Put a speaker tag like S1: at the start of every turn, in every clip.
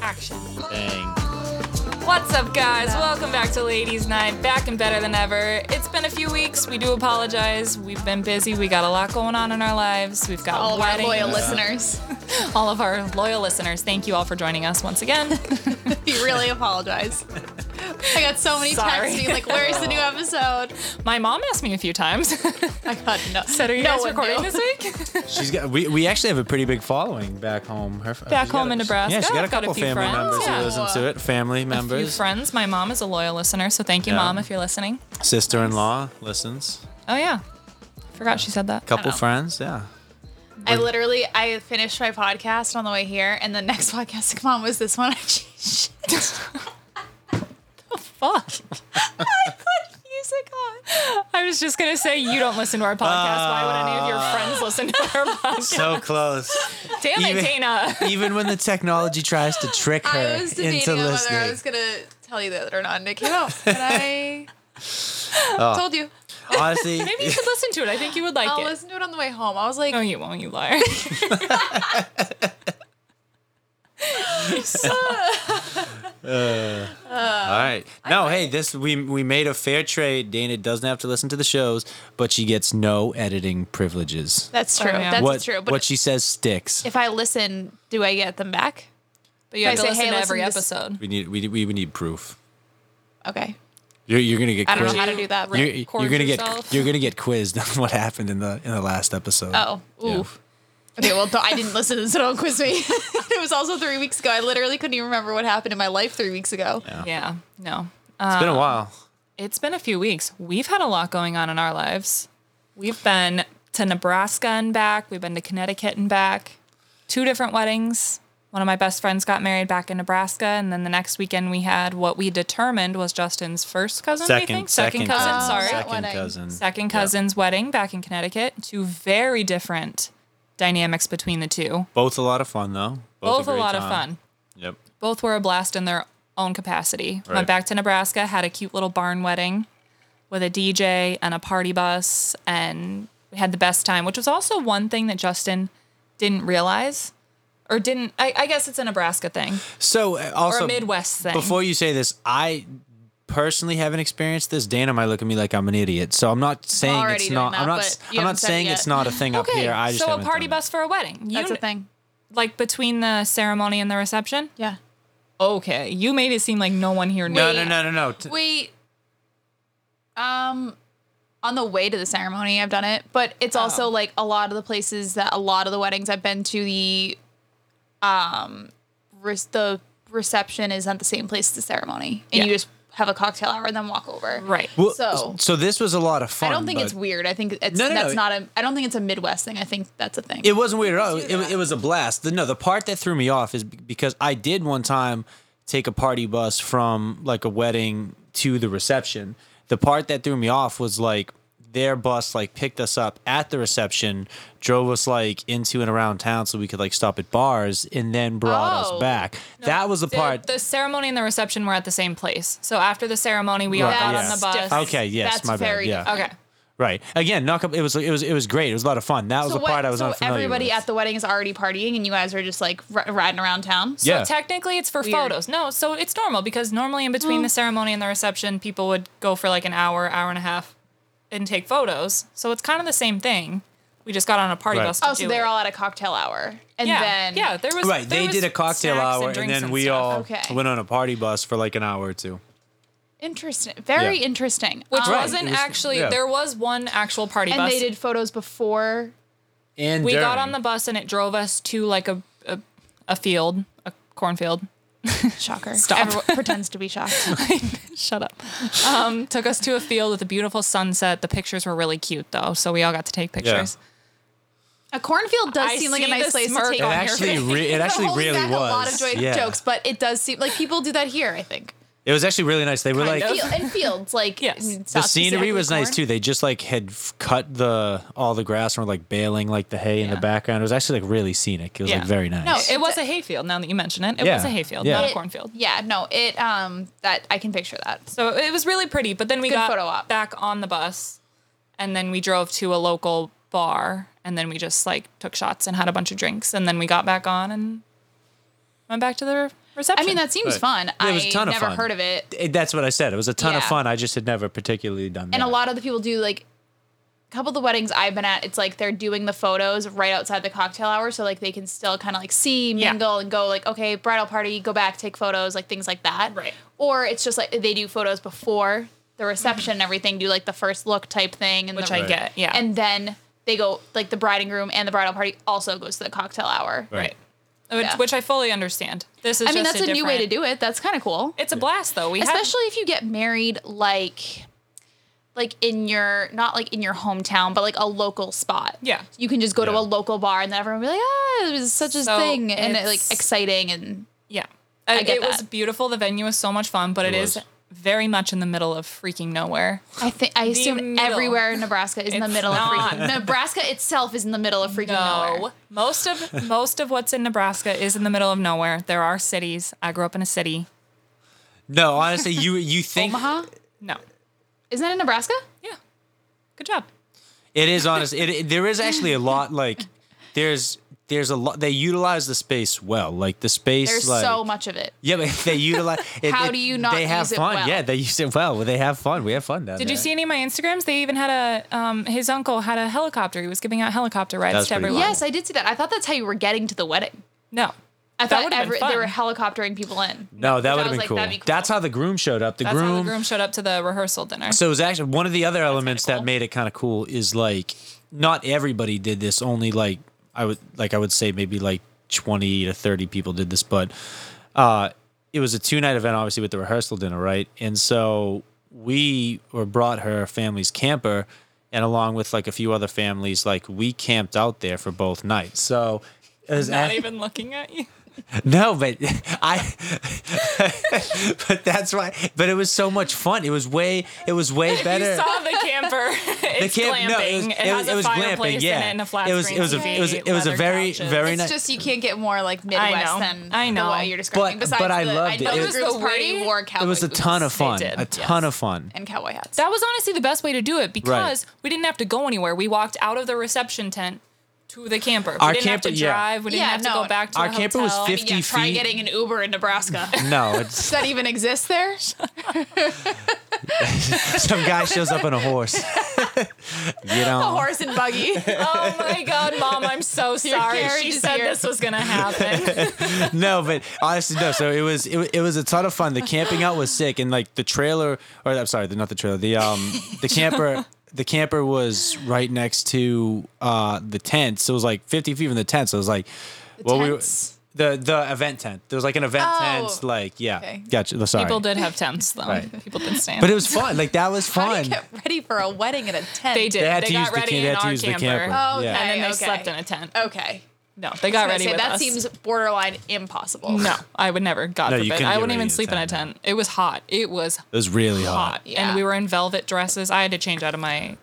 S1: Action.
S2: Bang.
S1: What's up, guys? Welcome back to Ladies Night. Back and better than ever. It's been a few weeks. We do apologize. We've been busy. We got a lot going on in our lives. We've got
S3: all of our
S1: weddings.
S3: loyal listeners.
S1: all of our loyal listeners. Thank you all for joining us once again.
S3: we really apologize. I got so many
S1: Sorry.
S3: texts being like, "Where's the new episode?"
S1: My mom asked me a few times.
S3: I got no.
S1: Said, "Are you
S3: no
S1: guys
S3: one
S1: recording
S3: knew.
S1: this week?"
S2: She's got. We, we actually have a pretty big following back home. Her, she's got
S1: home in
S2: a-
S1: Nebraska,
S2: Yeah, she got a
S1: I've got a
S2: couple
S1: few
S2: family
S1: friends.
S2: members
S1: Yeah.
S2: who listen to it. Family
S1: a few
S2: members,
S1: friends. My mom is a loyal listener, so thank you,
S2: Yeah.
S1: mom, if you're listening.
S2: sister-in-law listens.
S1: Oh yeah, forgot she said that.
S2: Couple
S3: know.
S2: friends. Yeah.
S3: I literally, I finished my podcast on the way here, and the next podcast to come on was this one. I changed it.
S1: Fuck. music on. I was just gonna say you don't listen to our podcast. Why would any of
S2: Uh,
S1: your friends listen to our podcast?
S2: So close.
S1: Damn it,
S2: even-
S1: Dana.
S2: Even when the technology tries to trick her
S3: I was
S2: into
S3: debating on whether I
S2: listening.
S3: was gonna tell you that or not, and it came out, and I
S2: Oh.
S3: told you.
S2: Honestly,
S1: Maybe you should listen to it. I think you would like
S3: I'll
S1: it.
S3: listen to it on the way home. I was like,
S1: No, you won't. You liar.
S2: all right. No, hey, this we we made a fair trade. Dana doesn't have to listen to the shows, but she gets no editing privileges.
S3: "That's
S1: Oh,
S3: true.
S1: yeah.
S3: That's
S2: what
S3: true." But
S2: what she says sticks.
S3: if I listen, do I get them back?
S1: But you have
S3: If
S1: to
S3: I say,
S1: listen
S3: "Hey,
S1: to
S3: listen
S1: every
S3: to this-
S1: episode.
S2: We need we we, we need proof.
S3: Okay.
S2: You're, you're gonna get.
S3: I don't know
S2: quiz-
S3: how to do that.
S2: You're,
S3: Right.
S2: you're
S1: record
S2: gonna
S1: yourself.
S2: get you're gonna get quizzed on what happened in the in the last episode.
S3: Oh,
S2: Yeah.
S3: ooh. Okay, well, don't- I didn't listen, so don't quiz me. it was also three weeks ago. I literally couldn't even remember what happened in my life three weeks ago.
S1: Yeah. No.
S2: it's been a while.
S1: It's been a few weeks. We've had a lot going on in our lives. We've been to Nebraska and back. We've been to Connecticut and back. Two different weddings. One of my best friends got married back in Nebraska, and then the next weekend we had what we determined was Justin's first cousin. I think? cousin.
S3: cousin.
S1: sorry,
S3: Second
S2: second
S3: wedding.
S2: cousin.
S1: second cousin's wedding back in Connecticut. Two very different dynamics between the two.
S2: Both a lot of fun though.
S1: Both, a
S2: great
S1: lot of
S2: time.
S1: fun.
S2: Yep.
S1: both were a blast in their own capacity.
S2: Right.
S1: Went back to Nebraska, had a cute little barn wedding with a DJ and a party bus, and we had the best time, which was also one thing that Justin didn't realize or didn't. I, I guess it's a Nebraska thing
S2: So uh,
S1: or
S2: also
S1: a Midwest thing.
S2: Before you say this, I personally haven't experienced this. Dana might look at me like I'm an idiot. So I'm not saying
S3: already
S2: it's
S3: doing
S2: not.
S3: that,
S2: I'm
S3: but
S2: not.
S3: you
S2: I'm
S3: haven't
S2: not
S3: said
S2: saying
S3: it
S2: it's
S3: yet.
S2: not a thing up
S1: okay,
S2: here. I just
S1: so a
S2: haven't done
S1: party
S2: it.
S1: bus for a wedding. You
S3: That's a
S1: kn-
S3: thing.
S1: Like between the ceremony and the reception.
S3: Yeah.
S1: Okay, you made it seem like no one here knew.
S2: No,
S3: Wait.
S2: no, no, no, no. T-
S3: Wait. Um, on the way to the ceremony, I've done it, but it's also
S1: Oh.
S3: like a lot of the places that a lot of the weddings I've been to, the um, re- the reception is at the same place as the ceremony, and
S1: Yeah.
S3: you just have a cocktail hour and then walk over.
S1: Right.
S2: Well,
S3: so-
S2: so this was a lot of fun.
S3: I don't think
S2: but
S3: it's weird. I think it's
S2: No, no,
S3: that's
S2: no.
S3: not a. I don't think it's a Midwest thing. I think that's a thing.
S2: It wasn't weird at all. It,
S3: do that.
S2: it was a blast. The, no, the part that threw me off is be- because I did one time take a party bus from like a wedding to the reception. The part that threw me off was like their bus like picked us up at the reception, drove us like into and around town so we could like stop at bars, and then brought
S3: Oh.
S2: us back. that was the,
S1: The,
S2: part.
S1: the ceremony and the reception were at the same place. So after the ceremony, we all
S2: Right,
S1: got
S2: yeah.
S1: on the
S3: That's
S1: bus.
S3: different.
S2: okay, yes,
S3: That's
S2: my bad.
S3: very
S2: yeah,
S3: different.
S1: Okay.
S2: right. Again, knock up. It was it was it was great. It was a lot of fun. That was the part I was
S3: so
S2: unfamiliar
S3: everybody
S2: with.
S3: at the wedding is already partying, and you guys are just like r- riding around town. So
S2: yeah.
S1: So technically, it's for
S3: Weird.
S1: photos. No, so it's normal because normally in between the ceremony and the reception, people would go for like an hour, hour and a half, and take photos. So it's kind of the same thing. We just got on a party
S2: Right.
S1: bus. To
S3: Oh, so
S1: do
S3: they're
S1: it.
S3: all at a cocktail hour, and
S1: yeah,
S3: then
S1: yeah. There was
S2: Right,
S1: there
S2: they
S1: was
S2: did a cocktail
S1: snacks
S2: hour, and,
S1: drinks
S2: then we
S1: stuff.
S2: all
S3: Okay.
S2: went on a party bus for like an hour or two.
S3: interesting, very
S2: Yeah.
S3: interesting.
S1: which
S3: Um,
S2: Right,
S1: wasn't
S2: it was-
S1: actually.
S2: yeah.
S1: There was one actual party
S3: and
S1: bus.
S3: they did photos before.
S2: And
S1: we got on the bus, and it drove us to like a a, a field, a cornfield.
S3: Shocker!
S1: Stop.
S3: Everyone pretends to be shocked.
S1: Shut up. Um, took us to a field with a beautiful sunset. The pictures were really cute, though, so we all got to take pictures.
S3: A cornfield does
S1: I
S3: seem like a
S1: see the
S3: nice place to
S1: smirk
S3: take
S2: It
S1: on
S3: on
S1: your
S3: your
S2: actually,
S1: face.
S2: re- it actually
S3: holding
S2: really
S3: back
S2: was.
S3: a lot of jo-
S2: yeah.
S3: jokes, but it does seem like people do that here. I think
S2: It was actually really nice. They were like
S1: of.
S3: Field, and fields like
S1: Yes.
S3: n-
S2: the
S3: South
S2: scenery
S3: Pacific
S2: was nice
S3: corn.
S2: too. They just like had f- cut the all the grass and were like baling like the hay in the
S1: Yeah.
S2: background. It was actually like really scenic. It was
S1: Yeah.
S2: like very nice.
S3: No,
S1: It was a hayfield. Now that you mention it, it was a
S2: Yeah.
S1: hayfield,
S2: Yeah.
S1: not a
S3: It-
S1: cornfield.
S3: Yeah, no, it um that I can picture that.
S1: So it was really pretty. But then we
S3: Good
S1: got
S3: photo op.
S1: back on the bus, and then we drove to a local bar, and then we just like took shots and had a bunch of drinks, and then we got back on and went back to the reception.
S3: I mean, that seems
S2: Right.
S3: fun.
S2: It was a
S3: I
S2: ton of
S3: never
S2: fun.
S3: heard of it.
S2: It- that's what I said. It was a ton of
S3: Yeah.
S2: fun. I just had never particularly done
S3: And
S2: that.
S3: a lot of the people do like a couple of the weddings I've been at, it's like they're doing the photos right outside the cocktail hour so like they can still kind of like see,
S1: Yeah.
S3: mingle and go like, okay, bridal party, go back, take photos, like things like that.
S1: Right.
S3: Or it's just like they do photos before the reception and everything, do like the first look type thing and
S1: which
S3: the,
S1: I get. Yeah.
S3: and then they go like the bride and groom and the bridal party also goes to the cocktail hour.
S1: right. Which,
S3: Yeah.
S1: which I fully understand. This is
S3: I mean,
S1: just
S3: that's a, new way to
S1: different-
S3: do it. That's kind of cool.
S1: It's a blast though. We had
S3: especially if you get married like like in your not like in your hometown but like a local spot
S1: Yeah.
S3: you can just go to
S2: Yeah.
S3: a local bar and then everyone will be like ah it was such a
S1: So
S3: thing and it, like
S1: it's-
S3: exciting and
S1: Yeah.
S3: I
S1: Uh,
S3: get
S1: it was
S3: that.
S1: beautiful. The venue was so much fun, but
S2: It
S1: it is
S2: was.
S1: very much in the middle of freaking nowhere.
S3: i think i assume
S1: middle.
S3: everywhere in nebraska is in the
S1: It's
S3: middle
S1: not.
S3: of freaking nebraska itself is in the middle of freaking nowhere
S1: Most of most of what's in Nebraska is in the middle of nowhere. There are cities. I grew up in a city.
S2: no, honestly, you you think
S3: omaha
S1: No.
S3: isn't that in nebraska
S1: Yeah. Good job.
S2: It is honestly. It, it- there is actually a lot like there's there's a lot they utilize the space well. Like the space
S3: there's
S2: like
S3: so much of it
S2: Yeah, but they utilize it,
S3: How
S2: it-
S3: do you not
S2: they have
S3: use it
S2: fun.
S3: well?
S2: Yeah, they use it well. They have fun. We have fun down
S1: Did
S2: there.
S1: you see any of my Instagrams? They even had a um, his uncle had a helicopter. He was giving out helicopter rides
S2: was
S1: to
S2: pretty
S1: everyone.
S2: cool.
S3: yes i did see that i thought that's how you were getting to the wedding
S1: No.
S3: i
S1: That
S3: thought
S1: would've been
S3: every,
S1: fun.
S3: they were helicoptering people in
S2: No, that
S3: Which
S2: would have
S3: I was
S2: been,
S3: like,
S2: cool.
S3: that'd be cool.
S2: That's how the groom showed up. The
S1: That's how
S2: groom.
S1: the groom showed up to the rehearsal dinner.
S2: So it was actually one of the other elements that
S3: cool.
S2: made it kind of cool is like not everybody did this. Only like I would like I would say maybe like twenty to thirty people did this, but uh, it was a two night event, obviously with the rehearsal dinner, right? And so we were brought her family's camper, and along with like a few other families, like we camped out there for both nights. So. it was
S1: not
S2: act-
S1: even looking at you.
S2: no, but I. but that's why. But it was so much fun. It was way. It was way better.
S1: You saw the camper. It's
S2: The
S1: glamping.
S2: camp- no, it was-
S1: it,
S2: it was-
S1: has
S2: it was
S1: a
S2: glamping,
S1: fireplace in
S2: yeah.
S1: it and a flat
S2: It was-
S1: screen
S2: it was a-
S1: TV,
S2: it was- it was a
S1: leather
S2: very-
S1: couches.
S2: very
S3: It's
S2: nice.
S3: just you can't get more like
S1: I
S3: Midwest
S1: know.
S3: than
S1: I know.
S3: the way you're describing.
S2: But-
S3: Besides
S2: but I
S3: the,
S2: loved it.
S3: I
S2: It
S3: know
S2: was
S3: the groom's
S1: the
S3: party
S1: way-
S3: wore cowboy
S2: it was a
S3: boots.
S2: ton of
S3: They
S2: fun.
S3: did.
S2: A ton of fun.
S3: and cowboy hats.
S1: That was honestly the best way to do it because we didn't have to go anywhere. We walked out of the reception tent to the camper. We
S2: Our
S1: didn't have to
S2: camper- yeah.
S1: drive. We didn't
S3: Yeah,
S1: have to
S3: no.
S1: go back to
S2: Our
S1: a
S2: camper was
S1: hotel.
S2: 50
S3: yeah, try
S2: feet.
S3: getting an Uber in Nebraska. Does
S2: No, it's,
S3: that even exist there?
S2: some guy shows up on a horse. you know,
S3: A horse and buggy.
S1: Oh my god, mom! I'm so sorry. She
S3: carriage
S1: said
S3: here.
S1: this was gonna happen.
S2: no, but honestly, no. So it was it, wa- it was a ton of fun. The camping out was sick, and like the trailer, or I'm sorry, the not the trailer, the um the camper. The camper was right next to uh, the tent, so it was like 50 feet from the tent. So it was like, well,
S3: tents.
S2: we were, the the event tent. There was like an event
S3: Oh.
S2: tent, like yeah,
S3: Okay.
S2: gotcha. Sorry,
S1: People did have tents though.
S2: Right.
S1: People did stand.
S2: but it was fun. Like that was
S3: How do
S2: fun.
S3: you get ready for a wedding in a tent?
S1: they did.
S2: They had to
S1: got
S2: use the
S1: ready
S2: ca-
S1: in
S2: they had to
S1: our
S2: use the
S1: camper,
S2: camper.
S3: Oh,
S2: Yeah.
S1: and then they
S3: okay.
S1: slept in a tent.
S3: Okay.
S1: No, they got
S3: I was
S1: ready
S3: gonna say,
S1: with
S3: that
S1: us.
S3: seems borderline impossible.
S1: no, I would never. God
S2: No, you
S1: forbid.
S2: couldn't
S1: I
S2: get
S1: wouldn't
S2: ready
S1: even
S2: in a
S1: sleep in a
S2: tent.
S1: tent. It was hot. It was
S2: It was really
S1: hot,
S2: hot.
S3: Yeah.
S1: and we were in velvet dresses. I had to change out of my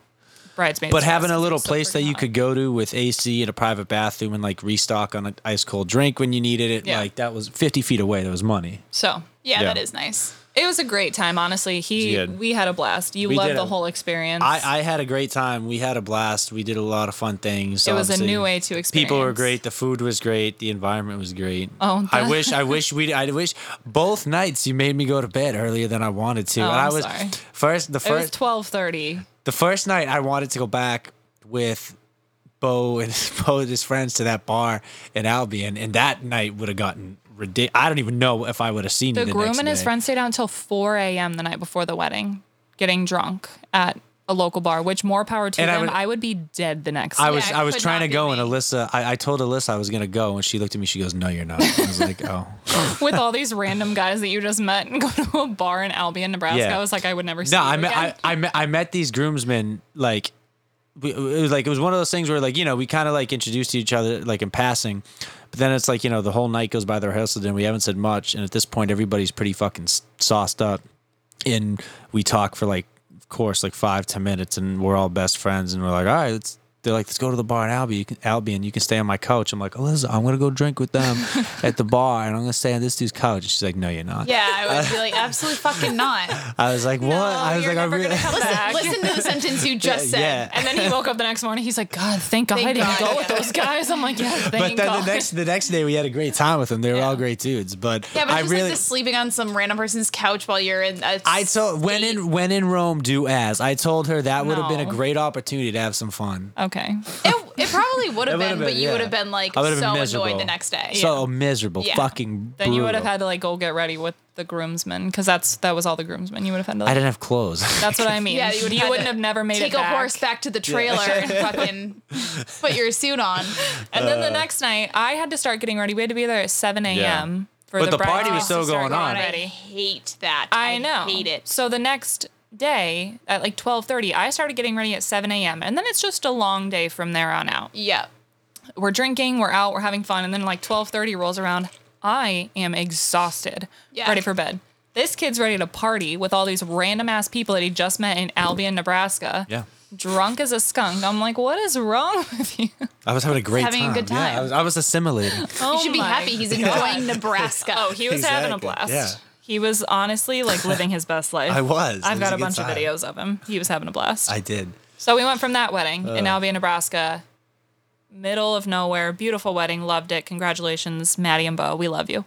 S1: bridesmaids.
S2: But having
S1: dress.
S2: a little
S1: So
S2: place that
S1: freaking
S2: you
S1: hot.
S2: could go to with AC and a private bathroom and like restock on an ice cold drink when you needed it,
S1: Yeah.
S2: like that was 50 feet away. That was money.
S1: so
S3: Yeah,
S2: Yeah.
S3: that is nice.
S1: it was a great time. Honestly, he
S2: It's good.
S1: we had a blast. You
S2: We
S1: loved
S2: did
S1: the
S2: a-
S1: whole experience.
S2: I, I had a great time. We had a blast. We did a lot of fun things.
S1: It was a
S2: Obviously,
S1: new way to
S2: People were
S1: experience.
S2: great. The food was great. The environment was great.
S1: Oh,
S2: I
S1: the-
S2: wish. I wish we. I wish both nights you made me go to bed earlier than I wanted to.
S1: Oh,
S2: and I
S1: I'm
S2: was
S1: sorry.
S2: first. The
S1: it was
S2: first.
S1: twelve thirty.
S2: the first night I wanted to go back with Bo and Bo and his friends to that bar in Albion, and that night would have gotten ridiculous. I don't even know if I would have seen
S1: The,
S2: you the
S1: groom
S2: next
S1: and his
S2: day.
S1: friend stayed out until four a.m. the night before the wedding, getting drunk at a local bar. Which more power to
S2: And I
S1: them. I
S2: would-
S1: would, be dead the next.
S2: I
S1: day.
S2: was
S3: Yeah, it
S2: I was
S3: could
S2: trying
S3: not
S2: to
S3: be
S2: go, and
S3: me.
S2: Alyssa, I, I told Alyssa I was gonna go, and she looked at me. She goes, "No, you're not." I was like, "Oh,
S1: with all these random guys that you just met and go to a bar in Albion, Nebraska.
S2: Yeah.
S1: I was like, I would never. see
S2: no."
S1: you
S2: I met
S1: again.
S2: I, I met I met these groomsmen like we, it was like it was one of those things where like you know we kind of like introduced to each other like in passing, but then it's like you know the whole night goes by the rehearsal dinner we haven't said much, and at this point everybody's pretty fucking s- sauced up, and we talk for like of course like five ten minutes, and we're all best friends, and we're like all right let's they're like, let's go to the bar in Albion. You can, Albion, you can stay on my couch. I'm like, Alyssa, I'm gonna go drink with them at the bar, and I'm gonna stay on this dude's couch. And she's like, no, you're not.
S3: Yeah, I would be like, absolutely fucking not.
S2: I was like, what? I was
S1: you're
S2: like, I
S1: never
S2: really.
S1: gonna come
S3: Listen,
S1: back.
S3: listen to the sentence you just said.
S2: yeah.
S1: And then he woke up the next morning. He's like, God, thank God I
S3: Thank
S1: didn't
S3: God,
S1: go with
S3: yeah.
S1: those guys. I'm like, yeah,
S2: But
S1: thank
S2: then
S1: God.
S2: the next the next day we had a great time with them. They were
S1: Yeah.
S2: all great dudes. But,
S3: Yeah, but it's
S2: I
S3: just
S2: really
S3: like just sleeping on some random person's couch while you're in. A
S2: I told when
S3: state.
S2: in when in Rome, do as I told her. That would have been a
S1: No.
S2: great opportunity to have some fun.
S1: okay.
S3: it, it probably would have
S2: It would've
S3: been, but you
S2: yeah.
S3: would have been like
S2: I would've
S3: so
S2: been miserable.
S3: annoyed the next day.
S2: So miserable,
S3: Yeah.
S2: fucking.
S1: Then you would have
S2: brutal.
S1: had to like go get ready with the groomsmen because that's that was all the groomsmen. You would have had to.
S2: I
S1: Like,
S2: didn't have clothes.
S1: that's what I mean.
S3: Yeah, you, would
S1: wouldn't have never made
S3: take
S1: it
S3: a
S1: back.
S3: horse back to the trailer and fucking put your suit on.
S1: And
S2: Uh.
S1: then the next night, I had to start getting ready. We had to be there at 7 a.m. for
S2: But
S1: the,
S2: the party
S1: bridesmaids
S2: was still
S1: to start
S2: going
S1: getting
S2: on.
S3: I
S1: Ready.
S3: hate that.
S1: I know.
S3: Hate it.
S1: So the next day at like 12:30, I started getting ready at 7 a.m. And then it's just a long day from there on out.
S3: Yeah.
S1: We're drinking, we're out, we're having fun, and then like 12:30 rolls around. I am exhausted,
S3: Yeah.
S1: ready for bed. This kid's ready to party with all these random ass people that he just met in Albion, Nebraska.
S2: Yeah.
S1: Drunk as a skunk. I'm like, what is wrong with you?
S2: I was having a great
S3: Having a
S2: time.
S3: good
S2: Yeah, I
S3: time.
S2: was, I was assimilating.
S1: Oh
S3: you should be
S1: my
S3: happy. He's enjoying Nebraska.
S1: Oh, he was having a blast.
S2: Exactly, yeah.
S1: He was honestly like living his best life.
S2: I was. It was
S1: I've got
S2: a
S1: a
S2: good
S1: bunch
S2: time.
S1: of videos of him. He was having a blast.
S2: I did.
S1: so we went from that wedding in Albion, Nebraska, middle of nowhere, beautiful wedding, loved it. Congratulations, Maddie and Bo, we love you.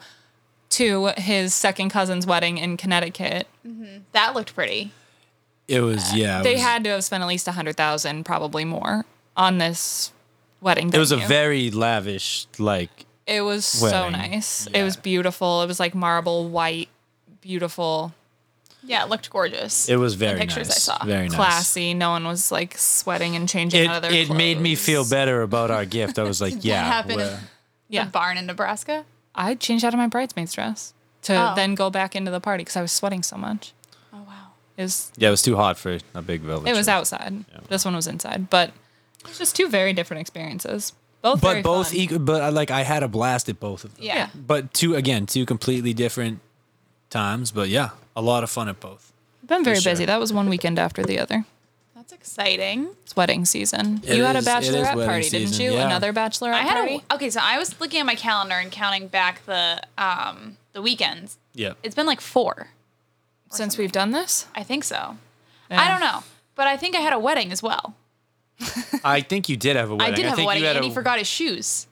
S1: To his second cousin's wedding in Connecticut.
S3: that looked pretty.
S2: It was yeah. It
S1: They
S2: was,
S1: had to have spent at least a hundred thousand, probably more, on this wedding.
S2: It was a
S1: venue.
S2: very lavish like.
S1: It was so
S2: wedding.
S1: nice. It
S2: Yeah.
S1: was beautiful. It was like marble white, beautiful.
S3: Yeah, it looked gorgeous.
S2: It was very
S3: pictures I
S2: nice.
S3: saw.
S2: Very nice.
S1: classy. No one was like sweating and changing
S2: It,
S1: out of their
S2: it made me feel
S1: clothes.
S2: better about our gift. I was like, yeah.
S3: happened
S2: we're-
S1: Yeah.
S3: The barn in Nebraska.
S1: I changed out of my bridesmaid's dress to
S3: Oh.
S1: then go back into the party because I was sweating so much.
S3: Oh wow.
S1: It was
S2: Yeah, it was too hot for a big village.
S1: it was outside. This one was inside, but it's just two very different experiences. Both,
S2: But
S1: very
S2: both, e-
S1: fun.
S2: equal, but I, like I had a blast at both of them.
S3: Yeah.
S1: Yeah.
S2: But two again, two completely different times. But yeah, a lot of fun at both.
S1: Been very
S2: sure.
S1: busy. That was one weekend after the other.
S3: That's exciting.
S1: It's wedding season.
S2: It
S1: you had a
S2: is- it is
S1: bachelorette
S2: wedding
S1: party, didn't
S2: season,
S1: you?
S2: yeah.
S1: Another bachelorette
S3: I had
S1: party.
S3: a okay. So I was looking at my calendar and counting back the um the weekends.
S2: Yeah.
S3: It's been like four.
S1: Since we've done this,
S3: I think so.
S1: Yeah.
S3: I don't know, but I think I had a wedding as well.
S2: I think you did have a wedding.
S3: I did have a
S2: think
S3: wedding,
S2: you had
S3: and
S2: a-
S3: he forgot his shoes.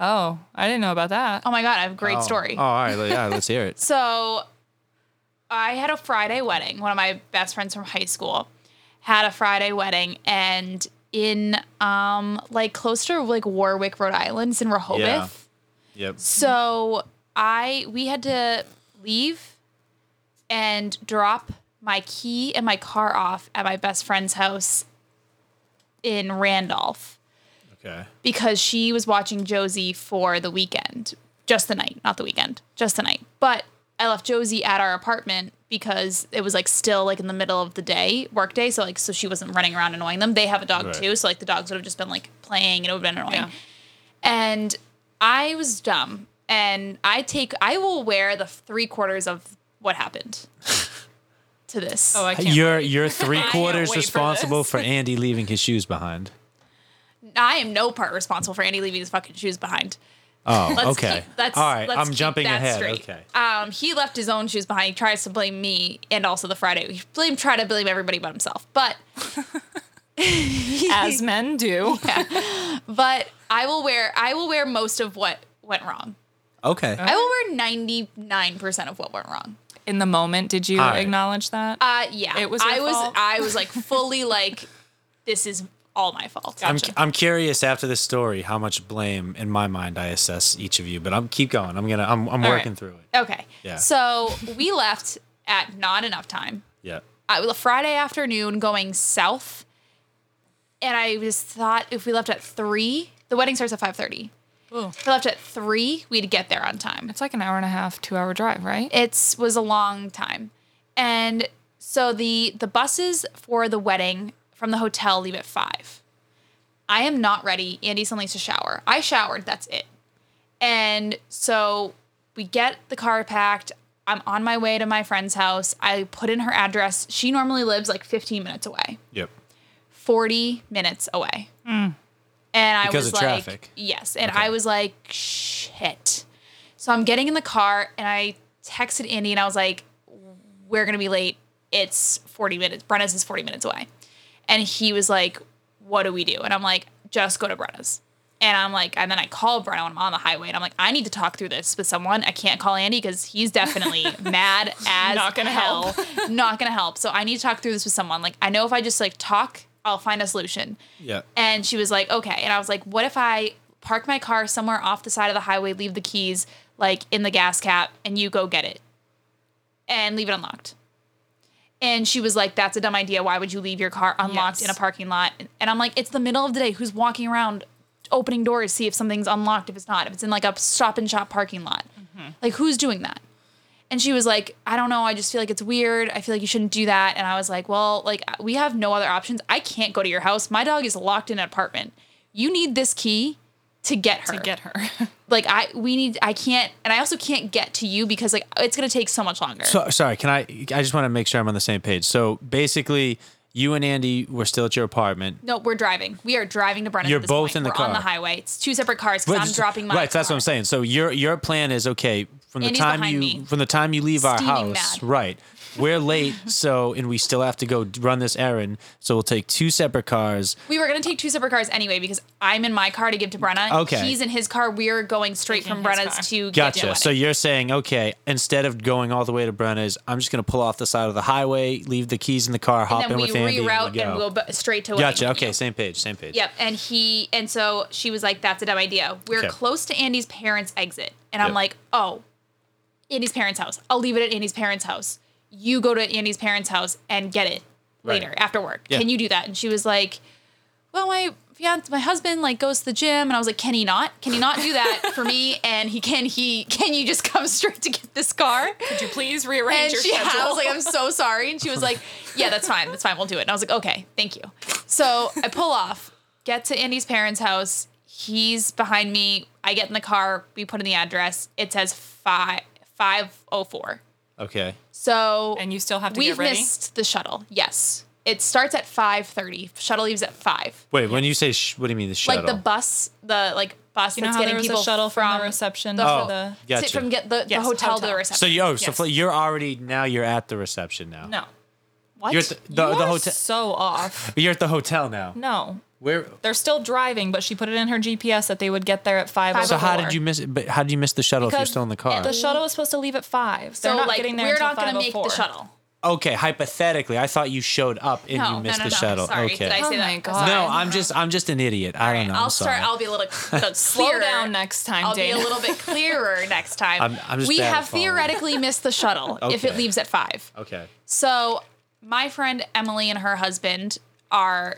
S1: Oh, I didn't know about that.
S3: Oh my god, I have a great
S2: Oh.
S3: story.
S2: Oh, all right, let- yeah, let's hear it.
S3: So I had a Friday wedding. One of my best friends from high school had a Friday wedding and in um like close to like Warwick, Rhode Island, it's in Rehoboth.
S2: Yeah. Yep.
S3: So I we had to leave and drop my key and my car off at my best friend's house in Randolph
S2: Okay.
S3: because she was watching Josie for the weekend, just the night, not the weekend, just the night. But I left Josie at our apartment because it was like still like in the middle of the day, work day. So like, so she wasn't running around annoying them. They have a dog
S2: Right.
S3: too. So like the dogs would have just been like playing and it would have been
S1: Yeah.
S3: annoying. And I was dumb and I take, I will wear the three quarters of what happened to this.
S1: Oh, I can't.
S2: You're you're three
S1: can't
S2: quarters
S1: wait for
S2: responsible for, Andy leaving his shoes behind.
S3: I am no part responsible for Andy leaving his fucking shoes behind.
S2: Oh,
S3: Let's
S2: okay.
S3: keep- let's,
S2: all right,
S3: let's
S2: I'm
S3: keep
S2: jumping
S3: that
S2: ahead.
S3: straight.
S2: Okay.
S3: Um, he left his own shoes behind. He tries to blame me and also the Friday. He blame try to blame everybody but himself. But
S1: as men do.
S3: but I will wear I will wear most of what went wrong.
S2: Okay.
S3: I will wear ninety nine percent of what went wrong.
S1: In the moment, did you
S2: All right.
S1: acknowledge that?
S3: Uh, yeah.
S1: It was your
S3: I was
S1: fault?
S3: I was like fully like this is all my fault.
S2: I'm, I'm curious after this story how much blame in my mind I assess each of you, but I'm keep going. I'm gonna I'm I'm
S1: All right.
S2: working through it.
S3: Okay.
S2: Yeah.
S3: So we left at not enough time.
S2: Yeah.
S3: I was a Friday afternoon going south, and I just thought if we left at three, the wedding starts at five thirty.
S1: Ooh.
S3: If we left at three, we'd get there on time.
S1: It's like an hour and a half, two hour drive, right?
S3: It was a long time, and so the the buses for the wedding from the hotel leave at five. I am not ready. Andy still needs to shower. I showered. That's it. And so we get the car packed. I'm on my way to my friend's house. I put in her address. She normally lives like 15 minutes away.
S2: Yep.
S3: 40 minutes away. And I
S2: Mm. Because
S3: was
S2: of
S3: like,
S2: traffic.
S3: yes. And
S2: Okay.
S3: I was like, shit. So I'm getting in the car and I texted Andy and I was like, we're going to be late. It's 40 minutes. Brenna's is 40 minutes away. And he was like, what do we do? And I'm like, just go to Brenna's. And I'm like, and then I call Brenna when I'm on the highway and I'm like, I need to talk through this with someone. I can't call Andy because he's definitely mad as
S1: Not gonna
S3: hell.
S1: help.
S3: not going to help. So I need to talk through this with someone. Like, I know if I just like talk, I'll find a solution.
S2: Yeah.
S3: And she was like, okay. And I was like, what if I park my car somewhere off the side of the highway, leave the keys like in the gas cap, and you go get it and leave it unlocked? And she was like, that's a dumb idea. Why would you leave your car unlocked
S1: Yes.
S3: in a parking lot? And I'm like, it's the middle of the day. Who's walking around opening doors, see if something's unlocked, if it's not, if it's in like a stop and shop parking lot? Like, who's doing that? And she was like, I don't know. I just feel like it's weird. I feel like you shouldn't do that. And I was like, well, like, uh, we have no other options. I can't go to your house. My dog is locked in an apartment. You need this key to get her.
S1: to get her.
S3: like, I, we need, I can't, and I also can't get to you because, like, it's going to take so much longer.
S2: So sorry, can I? I just want to make sure I'm on the same page. So basically, you and Andy were still at your apartment.
S3: no, we're driving. We are driving to Brennan.
S2: You're
S3: at this
S2: both
S3: point.
S2: in the
S3: we're on the
S2: car.
S3: highway. It's two separate cars because
S2: Right,
S3: I'm
S2: just-
S3: dropping my
S2: Right, so that's what
S3: car.
S2: I'm saying. So your your plan is okay from the
S3: Andy's
S2: time
S3: behind
S2: you
S3: me.
S2: from the time you leave our
S3: Steaming
S2: house,
S3: mad.
S2: right? We're late, so and we still have to go d- run this errand. So we'll take two separate cars.
S3: We were gonna take two separate cars anyway because I'm in my car to give to Brenna.
S2: Okay.
S3: He's in his car. We're going straight
S1: Taking
S3: from
S1: his
S3: Brenna's
S1: car.
S3: to get to
S2: Gotcha.
S3: the
S2: So
S3: wedding.
S2: you're saying, okay, instead of going all the way to Brenna's, I'm just gonna pull off the side of the highway, leave the keys in the car, hop
S3: and
S2: in
S3: then we
S2: with Andy,
S3: reroute
S2: we
S3: and
S2: go.
S3: we'll b- straight to wedding
S2: Gotcha.
S3: venue.
S2: Okay, same page. Same page.
S3: Yep. And he and so she was like, "That's a dumb idea." We're
S2: Okay.
S3: close to Andy's parents' exit, and I'm
S2: Yep.
S3: like, "Oh, Andy's parents' house. I'll leave it at Andy's parents' house. You go to Andy's parents' house and get it
S2: Right.
S3: later after work.
S2: Yeah.
S3: Can you do that?" And she was like, "Well, my." fiance, my husband like goes to the gym and I was like, Can he not? Can he not do that for me? And he can he can you just come straight to get this car?
S1: Could you please rearrange
S3: and
S1: your
S3: she,
S1: schedule?
S3: I was like, I'm so sorry. And she was like, Yeah, that's fine. That's fine. We'll do it. And I was like, Okay, thank you. So I pull off, get to Andy's parents' house. He's behind me. I get in the car. We put in the address. It says five five oh four.
S2: Okay.
S3: So
S1: and you still have to
S3: we've
S1: get ready.
S3: missed the shuttle. Yes, it starts at five thirty. Shuttle leaves at five.
S2: Wait, when you say sh- what do you mean the shuttle?
S3: Like the bus, the like bus
S1: You know
S3: that's
S1: how
S3: getting
S1: there was
S3: people
S1: a shuttle from,
S3: from
S1: the reception
S3: the-
S1: to
S2: Oh,
S1: the
S2: yeah. Gotcha.
S3: to- from get the, the
S1: Yes,
S3: hotel, to the
S1: hotel.
S3: reception.
S2: So you oh so
S1: Yes.
S2: fl- you're already now you're at the reception now.
S1: no.
S3: what?
S2: You're at the, the,
S1: You
S2: the
S1: are
S2: hotel.
S1: So off.
S2: But you're at the hotel now.
S1: No.
S2: Where?
S1: They're still driving, but she put it in her GPS that they would get there at five.
S3: Five
S2: So how
S3: Before.
S2: did you miss? it? But how did you miss the shuttle if you're
S1: Because
S2: still in the car?
S1: The shuttle was supposed to leave at five. So
S3: so
S1: they're not
S3: like
S1: getting there
S3: we're
S1: until
S3: not gonna make the
S1: 5:04.
S3: shuttle.
S2: okay, hypothetically, I thought you showed up and
S3: No,
S2: you
S3: no,
S2: missed
S3: no,
S2: the
S3: no.
S2: shuttle.
S3: Sorry,
S2: okay.
S3: did I
S1: Oh
S3: say
S1: my
S3: that?
S1: God.
S2: no,
S3: Sorry.
S2: I'm just I'm just an idiot. I don't know.
S3: I'll
S2: I'm sorry.
S3: start. I'll be a little
S1: Slow down next time,
S3: I'll
S1: Dana.
S3: be a little bit clearer next time.
S2: I'm- I'm just
S3: we
S2: bad at
S3: have
S2: following.
S3: theoretically missed the shuttle if it
S2: Okay.
S3: leaves at five.
S2: okay.
S3: So my friend Emily and her husband are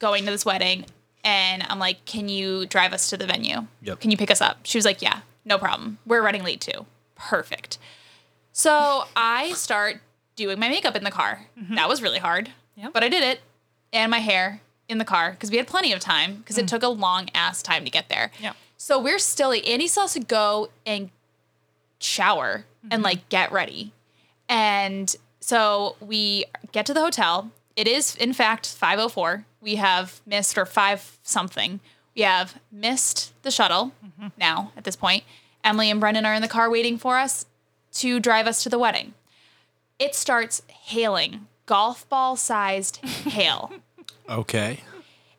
S3: going to this wedding, and I'm like, "Can you drive us to the venue?
S2: Yep.
S3: Can you pick us up?" She was like, "Yeah, no problem. We're running late too. Perfect." So I start doing my makeup in the car. That was really hard,
S1: Yep.
S3: but I did it, and my hair in the car because we had plenty of time because it took a long ass time to get there.
S1: Yeah.
S3: So we're still. Andy still has to go and shower and like get ready. And so we get to the hotel. It is in fact 504. We have missed or 5 something. We have missed the shuttle now at this point. Emily and Brendan are in the car waiting for us to drive us to the wedding. It starts hailing, golf ball sized hail.
S2: Okay.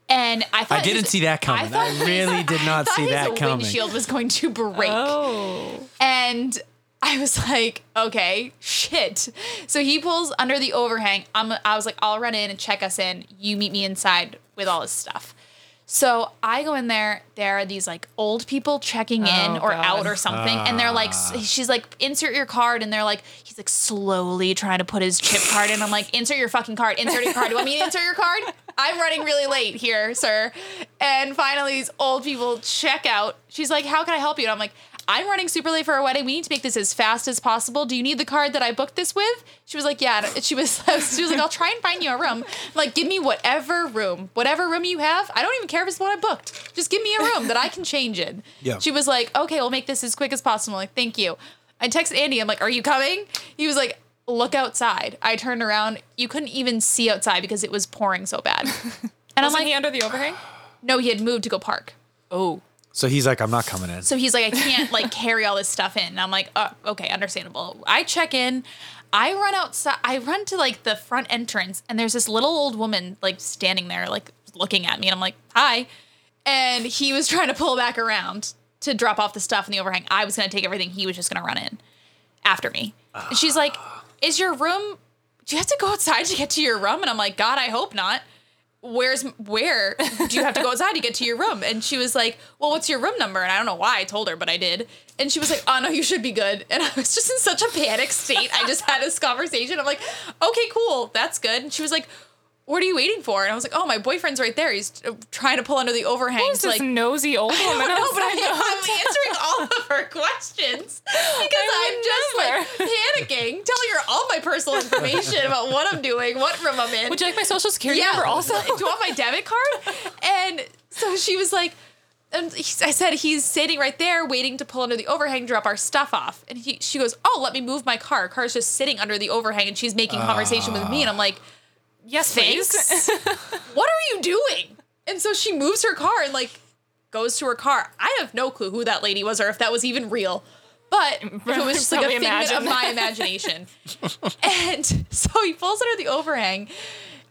S3: And I thought
S2: I didn't
S3: his-
S2: see that coming. I,
S3: thought his-
S2: really did not
S3: I
S2: see
S3: thought
S2: that
S3: his
S2: coming.
S3: windshield was going to break.
S1: Oh.
S3: And I was like, okay, shit. So he pulls under the overhang. I'm, I was like, I'll run in and check us in. You meet me inside with all his stuff. So I go in there. There are these like old people checking in
S1: Oh,
S3: or
S1: God.
S3: out or something, and they're like, s- she's like, insert your card, and they're like, he's like slowly trying to put his chip card in. I'm like, insert your fucking card, insert your card. Do you want me to insert your card? I'm running really late here, sir. And finally, these old people check out. She's like, how can I help you? And I'm like. I'm running super late for a wedding. We need to make this as fast as possible. Do you need the card that I booked this with? She was like, yeah. She was, she was like, I'll try and find you a room. I'm like, give me whatever room, whatever room you have. I don't even care if it's what I booked. Just give me a room that I can change in.
S2: Yeah.
S3: She was like, okay, we'll make this as quick as possible. I'm like, thank you. I text Andy. I'm like, are you coming? He was like, look outside. I turned around. You couldn't even see outside because it was pouring so bad. And I'm
S1: Wasn't
S3: like,
S1: he under the overhang?
S3: No, he had moved to go park.
S1: Oh,
S2: So he's like, I'm not coming in.
S3: So he's like, I can't like carry all this stuff in. And I'm like, oh, okay, understandable. I check in. I run outside. I run to like the front entrance, and there's this little old woman like standing there, like looking at me. And I'm like, hi. And he was trying to pull back around to drop off the stuff in the overhang. I was going to take everything. He was just going to run in after me. And she's like, is your room, do you have to go outside to get to your room? And I'm like, God, I hope not where's where do you have to go outside to get to your room and she was like well what's your room number and i don't know why i told her but i did and she was like oh no you should be good and i was just in such a panic state i just had this conversation i'm like okay cool that's good and she was like what are you waiting for and i was like oh my boyfriend's right there he's uh, trying to pull under the overhang
S1: who's
S3: to,
S1: this
S3: like
S1: nosy old woman?
S3: I don't know, but I'm,
S1: outside the
S3: I'm answering all of her questions because
S1: I
S3: I'm just like panicking, telling her all my personal information about what I'm doing, what room I'm in.
S1: Would you like my social security number also?
S3: do you want my debit card? And so she was like, and he- I said, he's sitting right there waiting to pull under the overhang, drop our stuff off. And he, she goes, oh, let me move my car. Car's just sitting under the overhang and she's making conversation with me. And I'm like,
S1: Yes, please.
S3: thanks. what are you doing? And so she moves her car and like goes to her car. I have no clue who that lady was or if that was even real. But if it was just like a
S1: Probably
S3: figment of
S1: imagine.
S3: my imagination. and so he pulls under the overhang.